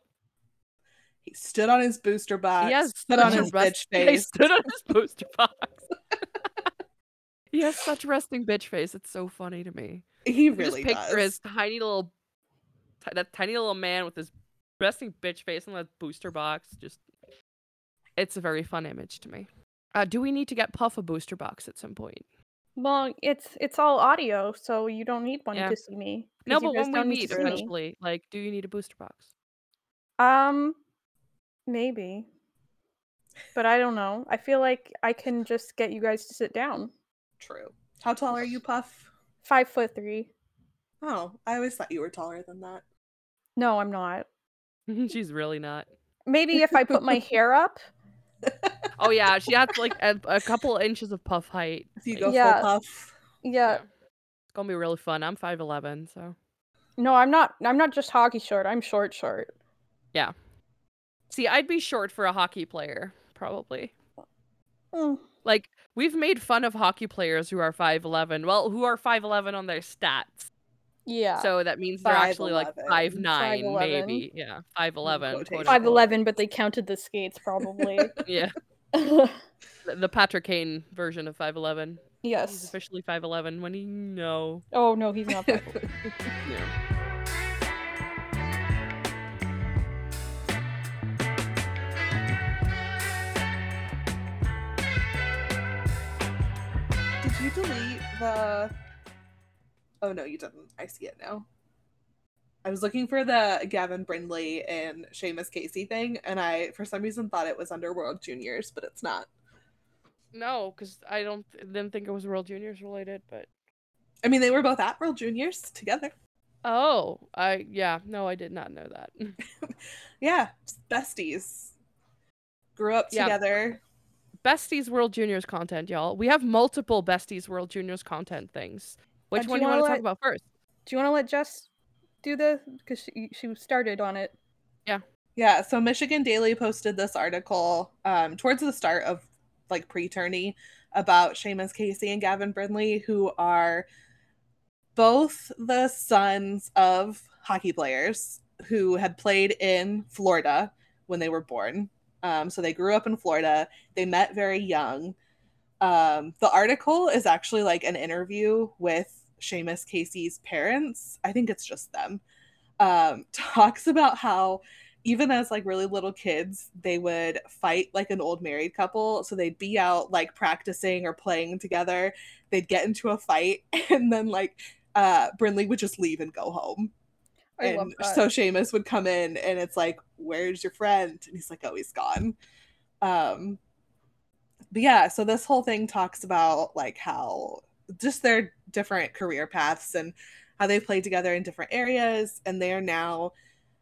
C: he stood on his booster box.
A: Yes,
C: stood on
A: such a
C: his bitch
A: rest- He
C: face.
A: stood on his poster box. he has such resting bitch face. It's so funny to me.
C: He
A: I
C: really
A: just picture
C: does.
A: his tiny little, ti- that tiny little man with his resting bitch face on that booster box. Just, it's a very fun image to me. Uh, do we need to get Puff a booster box at some point?
B: Well, it's it's all audio, so you don't need one
A: Yeah.
B: to see me.
A: No,
B: 'cause you
A: but
B: guys
A: when we
B: don't need
A: meet
B: to see me.
A: eventually, like, do you need a booster box?
B: Um, maybe. Um, but I don't know. I feel like I can just get you guys to sit down.
C: True. How tall are you, Puff?
B: Five foot three.
C: Oh, I always thought you were taller than that.
B: No, I'm not.
A: She's really not.
B: Maybe if I put my hair up.
A: Oh yeah, she has like a, a couple inches of puff height.
C: If you go
B: Yeah.
C: full Puff,
B: Yeah.
A: It's gonna be really fun. I'm five eleven, so
B: No, I'm not. I'm not just hockey short. I'm short short.
A: see, I'd be short for a hockey player probably.
B: Mm.
A: Like we've made fun of hockey players who are five eleven. Well, who are five eleven on their stats.
B: Yeah.
A: So that means they're actually like
C: 5'11.
A: five nine,
B: 5'11.
A: maybe. Yeah, five eleven.
C: quotation
B: five eleven, but they counted the skates probably.
A: Yeah, the- the Patrick Kane version of five eleven. He's
B: yes.
A: officially five eleven. When you know.
B: Oh no, he's not. That.
C: did you delete the? Oh no, you didn't. I see it now. I was looking for the Gavin Brindley and Seamus Casey thing, and I for some reason thought it was Underworld Juniors, but it's not.
A: No, because I don't didn't think it was World Juniors related, but
C: I mean, they were both at World Juniors together.
A: oh, I yeah, no, I did not know that.
C: Yeah, just besties. Grew up
A: Yeah.
C: together.
A: Besties World Juniors content, y'all. We have multiple Besties World Juniors content things. Which
B: do
A: one do
B: you
A: you want
B: wanna
A: to talk
B: let-
A: about first?
B: Do you want to let Jess do the? Because she she started on it.
C: Yeah, so Michigan Daily posted this article um, towards the start of like pre-tourney about Seamus Casey and Gavin Brindley, who are both the sons of hockey players who had played in Florida when they were born. Um, so they grew up in Florida. They met very young. Um, the article is actually like an interview with Seamus Casey's parents. I think it's just them. Um, talks about how even as like really little kids, they would fight like an old married couple. So they'd be out like practicing or playing together. They'd get into a fight, and then like uh Brindley would just leave and go home.
B: I love
C: and
B: that.
C: so Seamus would come in and it's like, Where's your friend? And he's like, Oh, he's gone. Um but yeah, so this whole thing talks about like how just their different career paths and how they played together in different areas and they are now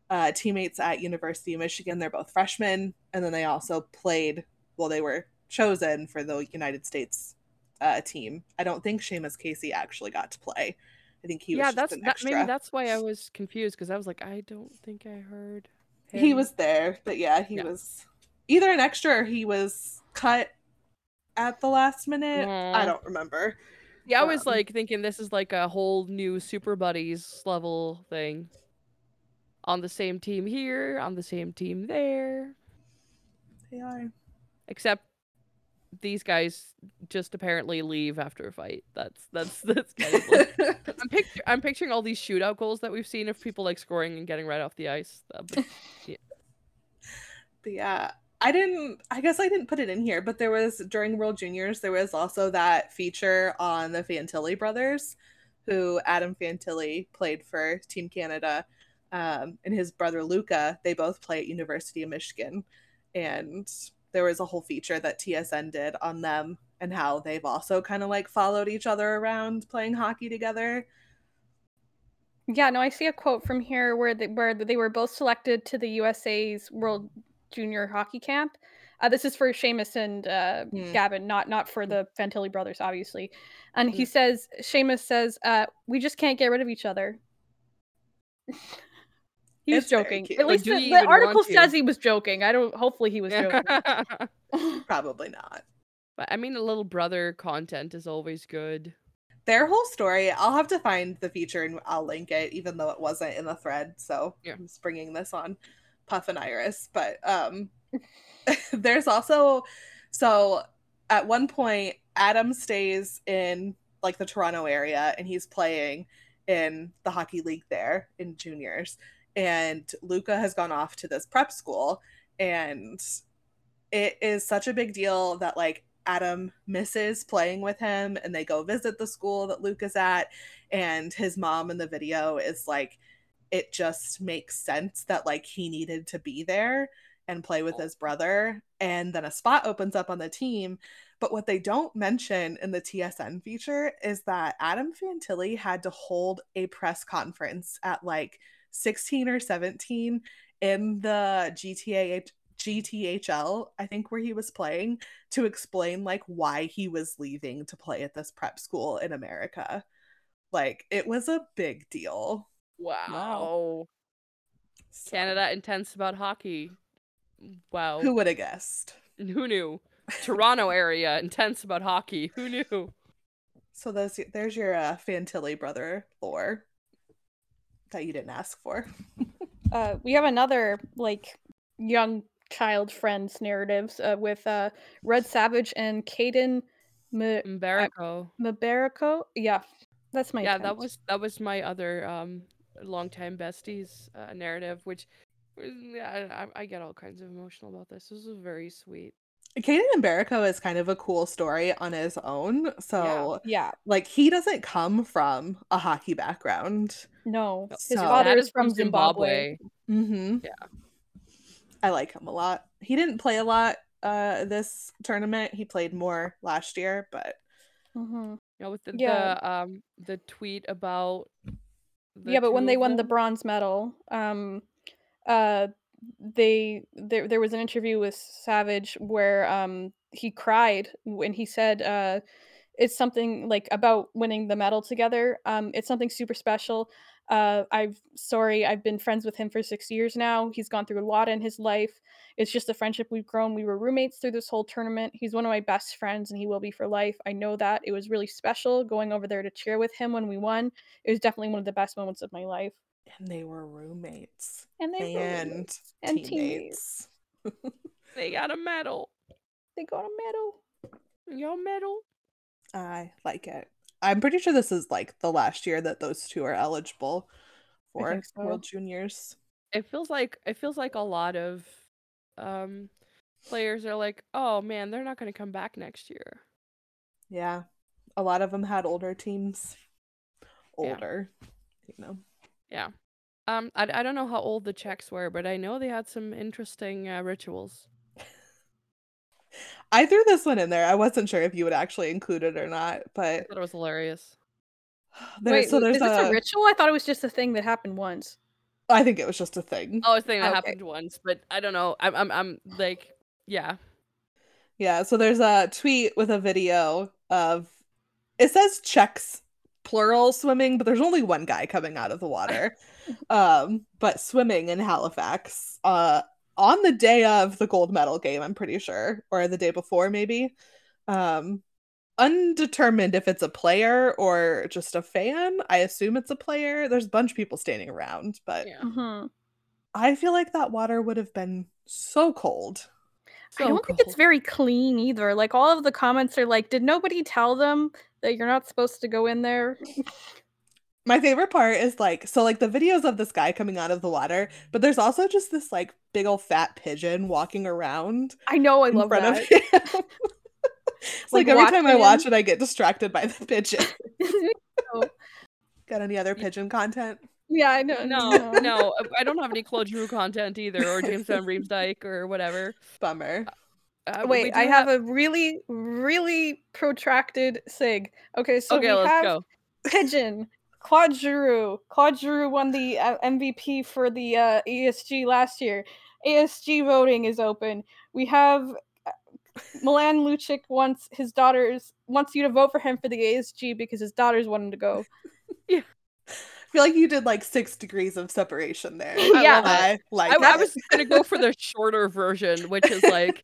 C: uh, teammates at University of Michigan. They're both freshmen, and then they also played. Well, they were chosen for the United States uh, team. I don't think Seamus Casey actually got to play. I think he was
A: yeah,
C: just
A: that's
C: an
A: that,
C: extra.
A: maybe that's why I was confused because I was like, I don't think I heard.
C: he
A: him.
C: was there, but yeah, he
A: Yeah.
C: was either an extra or he was cut at the last
B: Eh,
C: minute. I
A: Aw.
C: don't remember.
A: Yeah, I was
C: um,
A: like thinking this is like a whole new Super Buddies level thing. On the same team here, on the same team there.
C: They are.
A: except these guys just apparently leave after a fight. That's that's that's kind of like, I'm picture I'm picturing all these shootout goals that we've seen of people like scoring and getting right off the ice. Uh, but-
C: But yeah, I didn't. I guess I didn't put it in here, but there was during World Juniors there was also that feature on the Fantilli brothers, who Adam Fantilli played for Team Canada, um, and his brother Luca. They both play at University of Michigan, and there was a whole feature that TSN did on them and how they've also kind of like followed each other around playing hockey together.
B: Yeah, no, I see a quote from here where they, where they were both selected to the USA's World Junior Hockey Camp. Uh, this is for Seamus and uh,
C: Hmm.
B: Gavin, not not for the Fantilli brothers, obviously. And he
A: Hmm.
B: says, Seamus says, uh, "We just can't get rid of each other." he was
C: It's very
B: joking.
C: cute.
B: At
A: But
B: least
A: do
B: the,
A: you
B: the
A: even want
B: article
A: to?
B: says he was joking. I don't. Hopefully, he was joking.
A: but
C: Probably not.
A: I mean, the little brother content is always good.
C: their whole story i'll have to find the feature and i'll link it even though it wasn't in the thread so
A: Yeah.
C: i'm just bringing this on puff and iris but um there's also so at one point adam stays in like the toronto area and he's playing in the hockey league there in juniors and luca has gone off to this prep school and it is such a big deal that like Adam misses playing with him and they go visit the school that Luke is at and his mom in the video is like it just makes sense that like he needed to be there and play with his brother. And then a spot opens up on the team. But what they don't mention in the TSN feature is that Adam Fantilli had to hold a press conference at like 16 or 17 in the GTA GTHL, I think where he was playing, to explain like why he was leaving to play at this prep school in America. Like it was a big deal.
A: Wow. Canada intense about hockey. Wow.
C: Who
A: Who,
C: would have guessed?
A: knew? Toronto area intense about hockey. Who knew?
C: So those there's your uh, Fantilli brother lore that you didn't ask for.
B: Uh, we have another like young child friends narratives uh, with uh, Red Savage and Caden M-
A: Mbarico.
B: Mabarico. Yeah, that's my
A: yeah that
B: attempt.
A: was that was my other um longtime besties uh, narrative which yeah, I, I get all kinds of emotional about this this is very sweet
C: Caden and Barrico is kind of a cool story on his own. So
B: yeah
C: like he doesn't come from a hockey background.
B: no. His
C: So-
B: father
A: That
B: is from Zimbabwe.
C: Mm-hmm.
A: Yeah.
C: I like him a lot. He didn't play a lot uh this tournament. He played more last year, but
B: Mhm.
A: you know with the,
B: Yeah.
A: the um the tweet about the
B: yeah, but when
A: two
B: they
A: of
B: won the
A: them.
B: bronze medal, um, uh, they there there was an interview with Savage where um he cried when he said uh, it's something like about winning the medal together. Um, it's something super special. Uh, I've sorry, I've been friends with him for six years now. He's gone through a lot in his life. It's just a friendship we've grown. We were roommates through this whole tournament. He's one of my best friends, and he will be for life. I know that. It was really special going over there to cheer with him when we won. It was definitely one of the best moments of my life.
C: and they were roommates
B: And they were
C: and,
B: roommates. and teammates.
C: teammates.
A: they got a medal
B: they got a medal.
A: your medal
C: I like it. I'm pretty sure this is like the last year that those two are eligible for
B: think so.
C: World Juniors.
A: it feels like it feels like a lot of um players are like oh man they're not going to come back next year
C: Yeah. A lot of them had older teams.
A: Yeah.
C: Older, you know.
A: yeah um I, I don't know how old the czechs were but i know they had some interesting uh, rituals
C: I threw this one in there. I wasn't sure if you would actually include it or not,
A: I
C: but
A: thought it was hilarious.
C: there's
B: Wait,
C: so
B: is
C: there's
B: this
C: a.
B: a ritual? I thought it was just a thing that happened once.
C: I think it was just a thing.
A: Oh, it's a thing that
B: Okay.
A: happened once, but I don't know. I'm, I'm, I'm like, yeah,
C: Yeah, so there's a tweet with a video of it says Czechs plural swimming, but there's only one guy coming out of the water. um, but swimming in Halifax. Uh on the day of the gold medal game, I'm pretty sure, or the day before maybe. Um undetermined if it's a player or just a fan. I assume it's a player. There's a bunch of people standing around, but
A: yeah.
B: Mhm.
C: I feel like that water would have been so cold.
B: I
C: Oh,
B: don't think it's very clean either. Like all of the comments are like, "Did nobody tell them that you're not supposed to go in there?"
C: My favorite part is like so like the videos of this guy coming out of the water, but there's also just this like big old fat pigeon walking around
B: I know, I
C: in
B: love
C: front
B: that.
C: of him. it's
B: Like,
C: like, every time I
B: watching
C: watch
B: him.
C: it, I get distracted by the pigeon. Got any other
A: Yeah.
C: pigeon content?
B: yeah, I know.
A: no, no. uh, I don't have any Claude Drew content either, or James Van Riemsdyk, or whatever.
C: Bummer.
A: Uh, we
B: Wait,
A: do
B: I have a really, really protracted sig. Okay, so
A: okay,
B: we
A: let's
B: have
A: go.
B: Pigeon, Claude Giroux. Claude Giroux won the uh, MVP for the uh, ESG last year. ASG voting is open. We have uh, Milan Lucic wants his daughters wants you to vote for him for the ASG because his daughters want him to go.
C: I feel like you did like six degrees of separation there.
A: I
B: yeah,
A: love it.
C: I like
A: I, I
C: it.
A: was gonna go for the shorter version, which is like,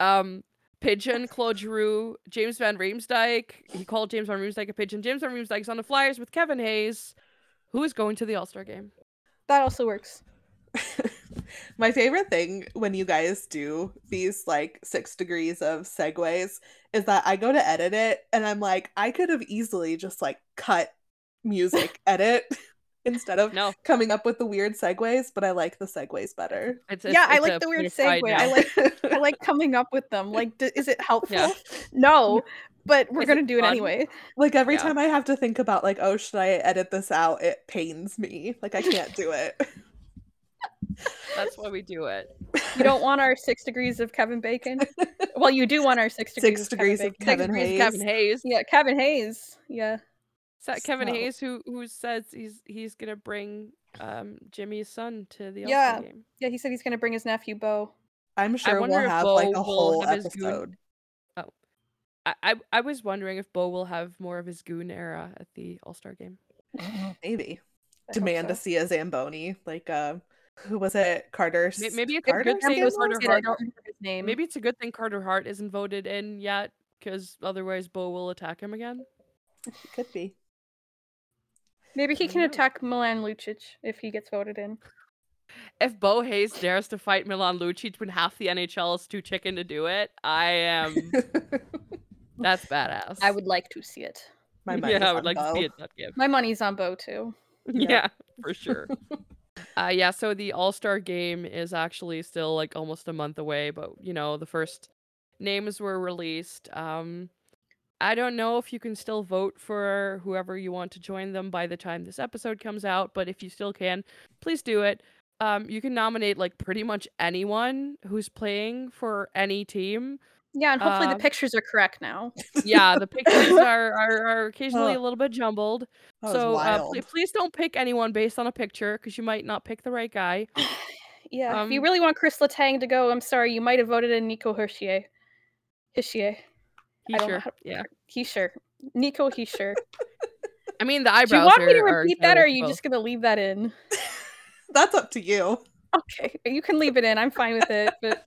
A: um, pigeon, Claude Giroux, James Van Riemsdyk. He called James Van Riemsdyk a pigeon. James Van Riemsdyk's on the Flyers with Kevin Hayes, who is going to the All Star game.
B: that also works.
C: My favorite thing when you guys do these like six degrees of segues is that I go to edit it and I'm like, I could have easily just like cut music edit instead of
A: No,
C: coming up with the weird segues, but I like the segues better.
A: it's,
B: yeah,
A: it's-
B: I
A: it's
B: like
A: a
B: the weird
A: unified
B: segue.
A: now.
B: I like I like coming up with them. Like, d- is it helpful?
A: Yeah.
B: No, but we're
A: Is it
B: gonna do it
A: fun?
B: anyway.
C: like every
A: Yeah.
C: time I have to think about like, oh, should I edit this out? It pains me. Like I can't do it.
A: That's why we do it.
B: You don't want our six degrees of Kevin Bacon. Well, you do want our six degrees.
C: Six degrees of
B: Bacon.
A: Six
C: Kevin
A: degrees
C: Hayes.
A: Kevin Hayes.
B: Yeah, Kevin Hayes. Yeah.
A: Is that Kevin
C: So-
A: Hayes who who says he's he's gonna bring um Jimmy's son to the
B: Yeah.
A: All-Star game?
B: Yeah, he said he's going to bring his nephew Bo.
C: I'm sure we'll
A: wonder if
C: have like
A: Bo will
C: a whole
A: have his goon-
C: episode.
A: I, I I was wondering if Bo will have more of his goon era at the All Star game.
B: I
C: Maybe.
B: hope
C: Demand to
B: so.
C: see a Zamboni. Like uh who was it? Carter
A: May-
C: S-
A: Maybe it's a
C: Carter
A: good thing
B: Something was
A: Carter
B: it, I
A: Hart.
B: don't remember his name.
A: Maybe it's a good thing Carter Hart isn't voted in yet, because otherwise Bo will attack him again.
C: could be.
B: Maybe he
A: I
B: can
A: know.
B: attack Milan Lucic if he gets voted in.
A: If Bo Hayes dares to fight Milan Lucic when half the NHL is too chicken to do it, I am. That's badass.
B: I would like to see it.
C: My money's
A: yeah, I would
C: on
A: like to
C: Bo.
A: see it that game.
B: My money's on Bo too.
A: Yeah,
C: Yeah.
A: for sure. uh, yeah, so the All Star game is actually still like almost a month away, but you know, the first names were released. Um, I don't know if you can still vote for whoever you want to join them by the time this episode comes out, but if you still can, please do it. Um, you can nominate like pretty much anyone who's playing for any team.
B: Yeah, and hopefully
A: Uh,
B: the pictures are correct now.
A: Yeah, the pictures are, are are occasionally
C: Huh.
A: a little bit jumbled,
C: That was
A: so uh,
C: wild.
A: pl- please don't pick anyone based on a picture because you might not pick the right guy.
B: Yeah, if you
A: um,
B: really want Chris Letang to go, I'm sorry, you might have voted in Nico Hershier. Hershier.
A: He
B: I don't know
A: sure.
B: how to
A: Yeah.
B: He sure. Nico He sure.
A: I mean, the
B: Do you
A: eyebrows.
B: want me to
A: are- are
B: repeat that or are
A: terrible.
B: you just gonna leave that in?
C: That's up to you.
B: Okay. You can leave it in. I'm fine with it, but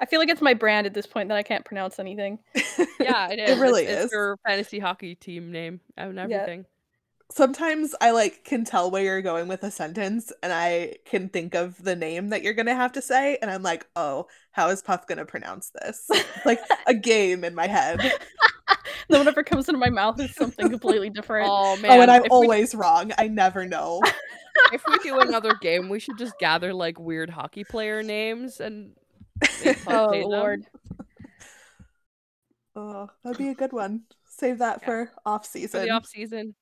B: I feel like it's my brand at this point that I can't pronounce anything.
A: Yeah, it is. It's-
C: really
A: it's
C: is.
A: your fantasy hockey team name and everything.
C: Sometimes I like can tell where you're going with a sentence and I can think of the name that you're gonna have to say and I'm like, oh, how is Puff gonna pronounce this? like a game in my head. Oh,
B: Then whatever comes into my mouth is something completely different.
A: Oh man!
C: oh, and I'm
A: if,
C: always wrong. I never know.
A: we, if we do another game, we should just gather like weird hockey player names and. make fun
B: Oh
A: say them.
B: lord.
C: Oh, that'd be a good one. Save that
A: Yeah.
C: for off
A: for
C: season.
A: the off season.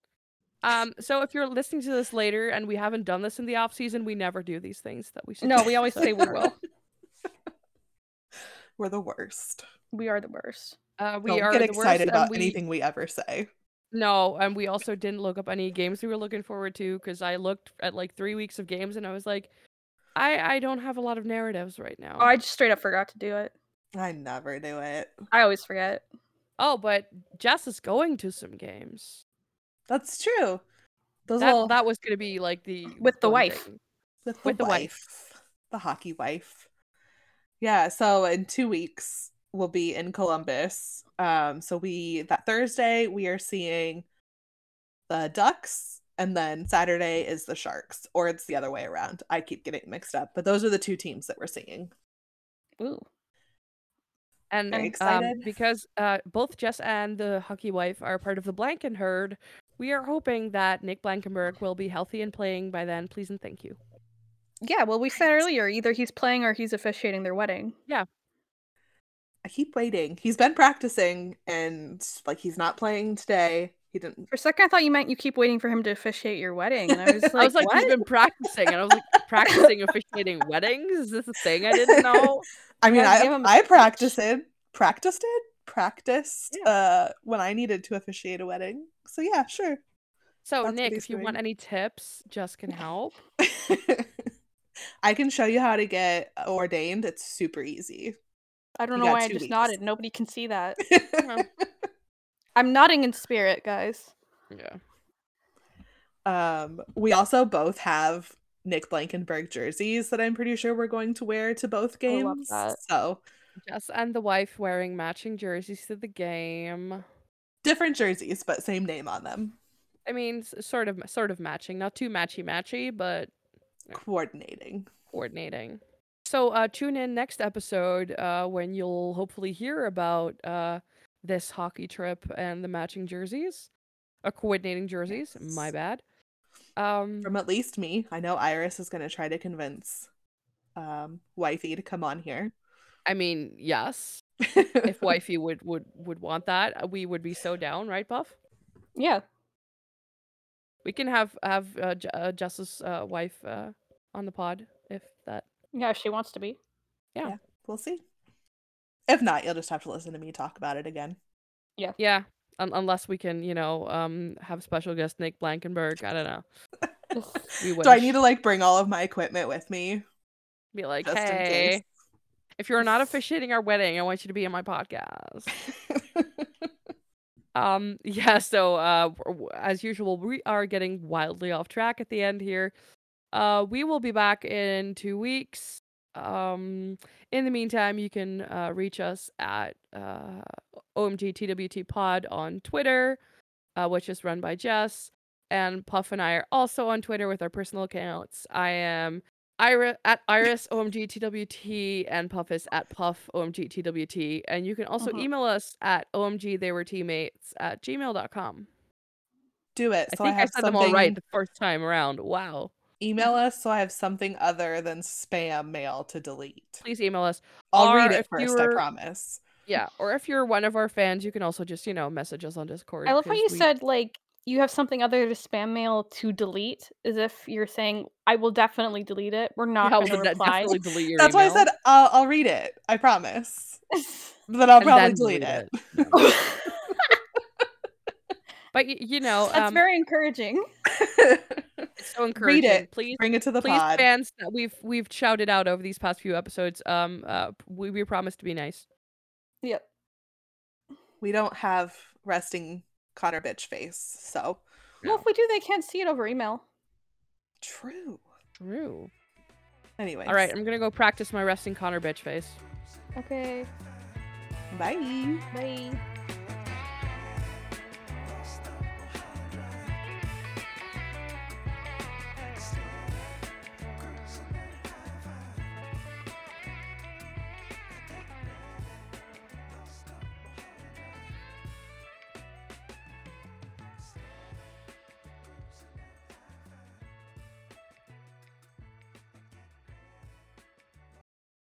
A: Um, so if you're listening to this later and we haven't done this in the off season, we never do these things that we should.
B: No,
A: do,
B: we always
A: so-
B: say we will.
C: We're the worst.
B: We are the worst.
A: Uh, we
C: Don't
A: are
C: get
A: the worst,
C: excited
A: and
C: about
A: we-
C: anything we ever say.
A: No, and we also didn't look up any games we were looking forward to because I looked at like three weeks of games and I was like, I I don't have a lot of narratives right now.
B: Oh, I just straight up forgot to do it.
C: I never do it.
B: I always forget.
A: Oh, but Jess is going to some games.
C: That's true. Those
A: That
C: little-
A: that was gonna be like the
B: With the
A: one
B: wife.
A: thing.
C: with,
A: with
C: the
A: the wife.
C: wife, the hockey wife. Yeah. So in two weeks we'll be in Columbus. Um. So we that Thursday we are seeing the Ducks, and then Saturday is the Sharks, or it's the other way around. I keep getting mixed up, but those are the two teams that we're seeing.
B: Ooh.
A: And
C: Very
A: um,
C: excited.
A: because uh, both Jess and the hockey wife are part of the Blanken herd, we are hoping that Nick Blankenberg will be healthy and playing by then. Please and thank you.
B: Yeah, well, we said earlier either he's playing or he's officiating their wedding.
C: I keep waiting. He's been practicing, and like he's not playing today. He didn't.
B: For a second, I thought you meant you keep waiting for him to officiate your wedding, and I was like,
A: I was like,
B: what?
A: he's been practicing, and I was like, practicing officiating weddings? Is this a thing I didn't know?
C: I mean,
B: Yeah,
C: I
B: give him a
C: I
B: speech.
C: practiced it, practiced it, practiced uh when I needed to officiate a wedding. So yeah, sure.
A: So,
C: That's what
A: Nick,
C: he's
A: if you want any tips, Jess can help.
C: I can show you how to get ordained. It's super easy.
B: I don't
C: you
B: know
C: got
B: why I
C: two
B: just
C: weeks.
B: nodded. Nobody can see that.
A: Yeah.
B: I'm nodding in spirit, guys.
A: Yeah.
C: um, we also both have Nick Blankenberg jerseys that I'm pretty sure we're going to wear to both
B: I love
C: games.
B: that.
C: So
A: Jess and the wife wearing matching jerseys to the game.
C: different jerseys, but same name on them.
A: I mean, s- sort of, sort of matching, not too matchy matchy, but
C: Coordinating.
A: coordinating. So uh, tune in next episode uh, when you'll hopefully hear about uh, this hockey trip and the matching jerseys, uh, coordinating jerseys. My
C: Yes.
A: bad. Um,
C: From at least me. I know Iris is gonna try to convince um wifey to come on here.
A: I mean, yes, if wifey would would would want that, uh, we would be so down, right, Buff?
B: Yeah,
A: We can have have uh, J- uh, Jess's uh, wife uh, on the pod if that
B: Yeah, if she wants to be.
C: We'll see. If not, you'll just have to listen to me talk about it again.
A: Yeah. Un- unless we can, you know, um, have special guest Nick Blankenberg. I don't know.
B: Just-
A: We
C: Do I
A: wish.
C: need to like bring all of my equipment with me?
A: Be like,
C: Just in
A: hey, if you're not
B: Yes.
A: officiating our wedding, I want you to be in my podcast. Um, yeah, so uh, w- w- as usual, we are getting wildly off track at the end here. Uh, we will be back in two weeks. Um, in the meantime, you can uh, reach us at uh, OMGTWT Pod on Twitter, uh, which is run by Jess. And Puff and I are also on Twitter with our personal accounts. I am Ira at Iris OMGTWT and Puff is at Puff OMGTWT. And you can also
C: Uh-huh.
B: Mhm.
A: email us at OMG they were teammates at gmail.com.
C: Do it. So
A: I
C: I,
A: think I,
C: have
A: said
C: something.
A: them all right the first time around. Wow.
C: Email us so I have something other than spam mail to delete.
A: Please email us.
C: I'll
A: Or
C: read
A: if
C: it
A: you
C: first,
A: were-
C: I promise.
A: Yeah. Or if you're one of our fans, you can also just, you know, message us on Discord.
B: I love how
A: 'cause
B: you
A: we-
B: said like you have something other to spam mail to delete, as if you're saying I will definitely delete it. We're not
A: Yeah,
B: going to
A: we'll de-
B: reply.
A: definitely delete your
C: That's why I
A: email
C: said I'll, I'll read it. I promise. But then I'll
A: and
C: probably
A: then
C: delete it.
A: But y- you know,
B: That's
A: um,
B: very encouraging.
A: it's so encouraging.
C: it.
A: Please
C: Bring it to the
A: please
C: pod.
A: fans that we've we've shouted out over these past few episodes um uh we, we promise to be nice
B: Yep.
C: we don't have resting Connor bitch face. So
B: Well, if we do, they can't see it over email.
C: true.
A: true
C: Anyway.
A: all right i'm gonna go practice my resting connor bitch face
B: Okay.
C: Bye.
B: Bye.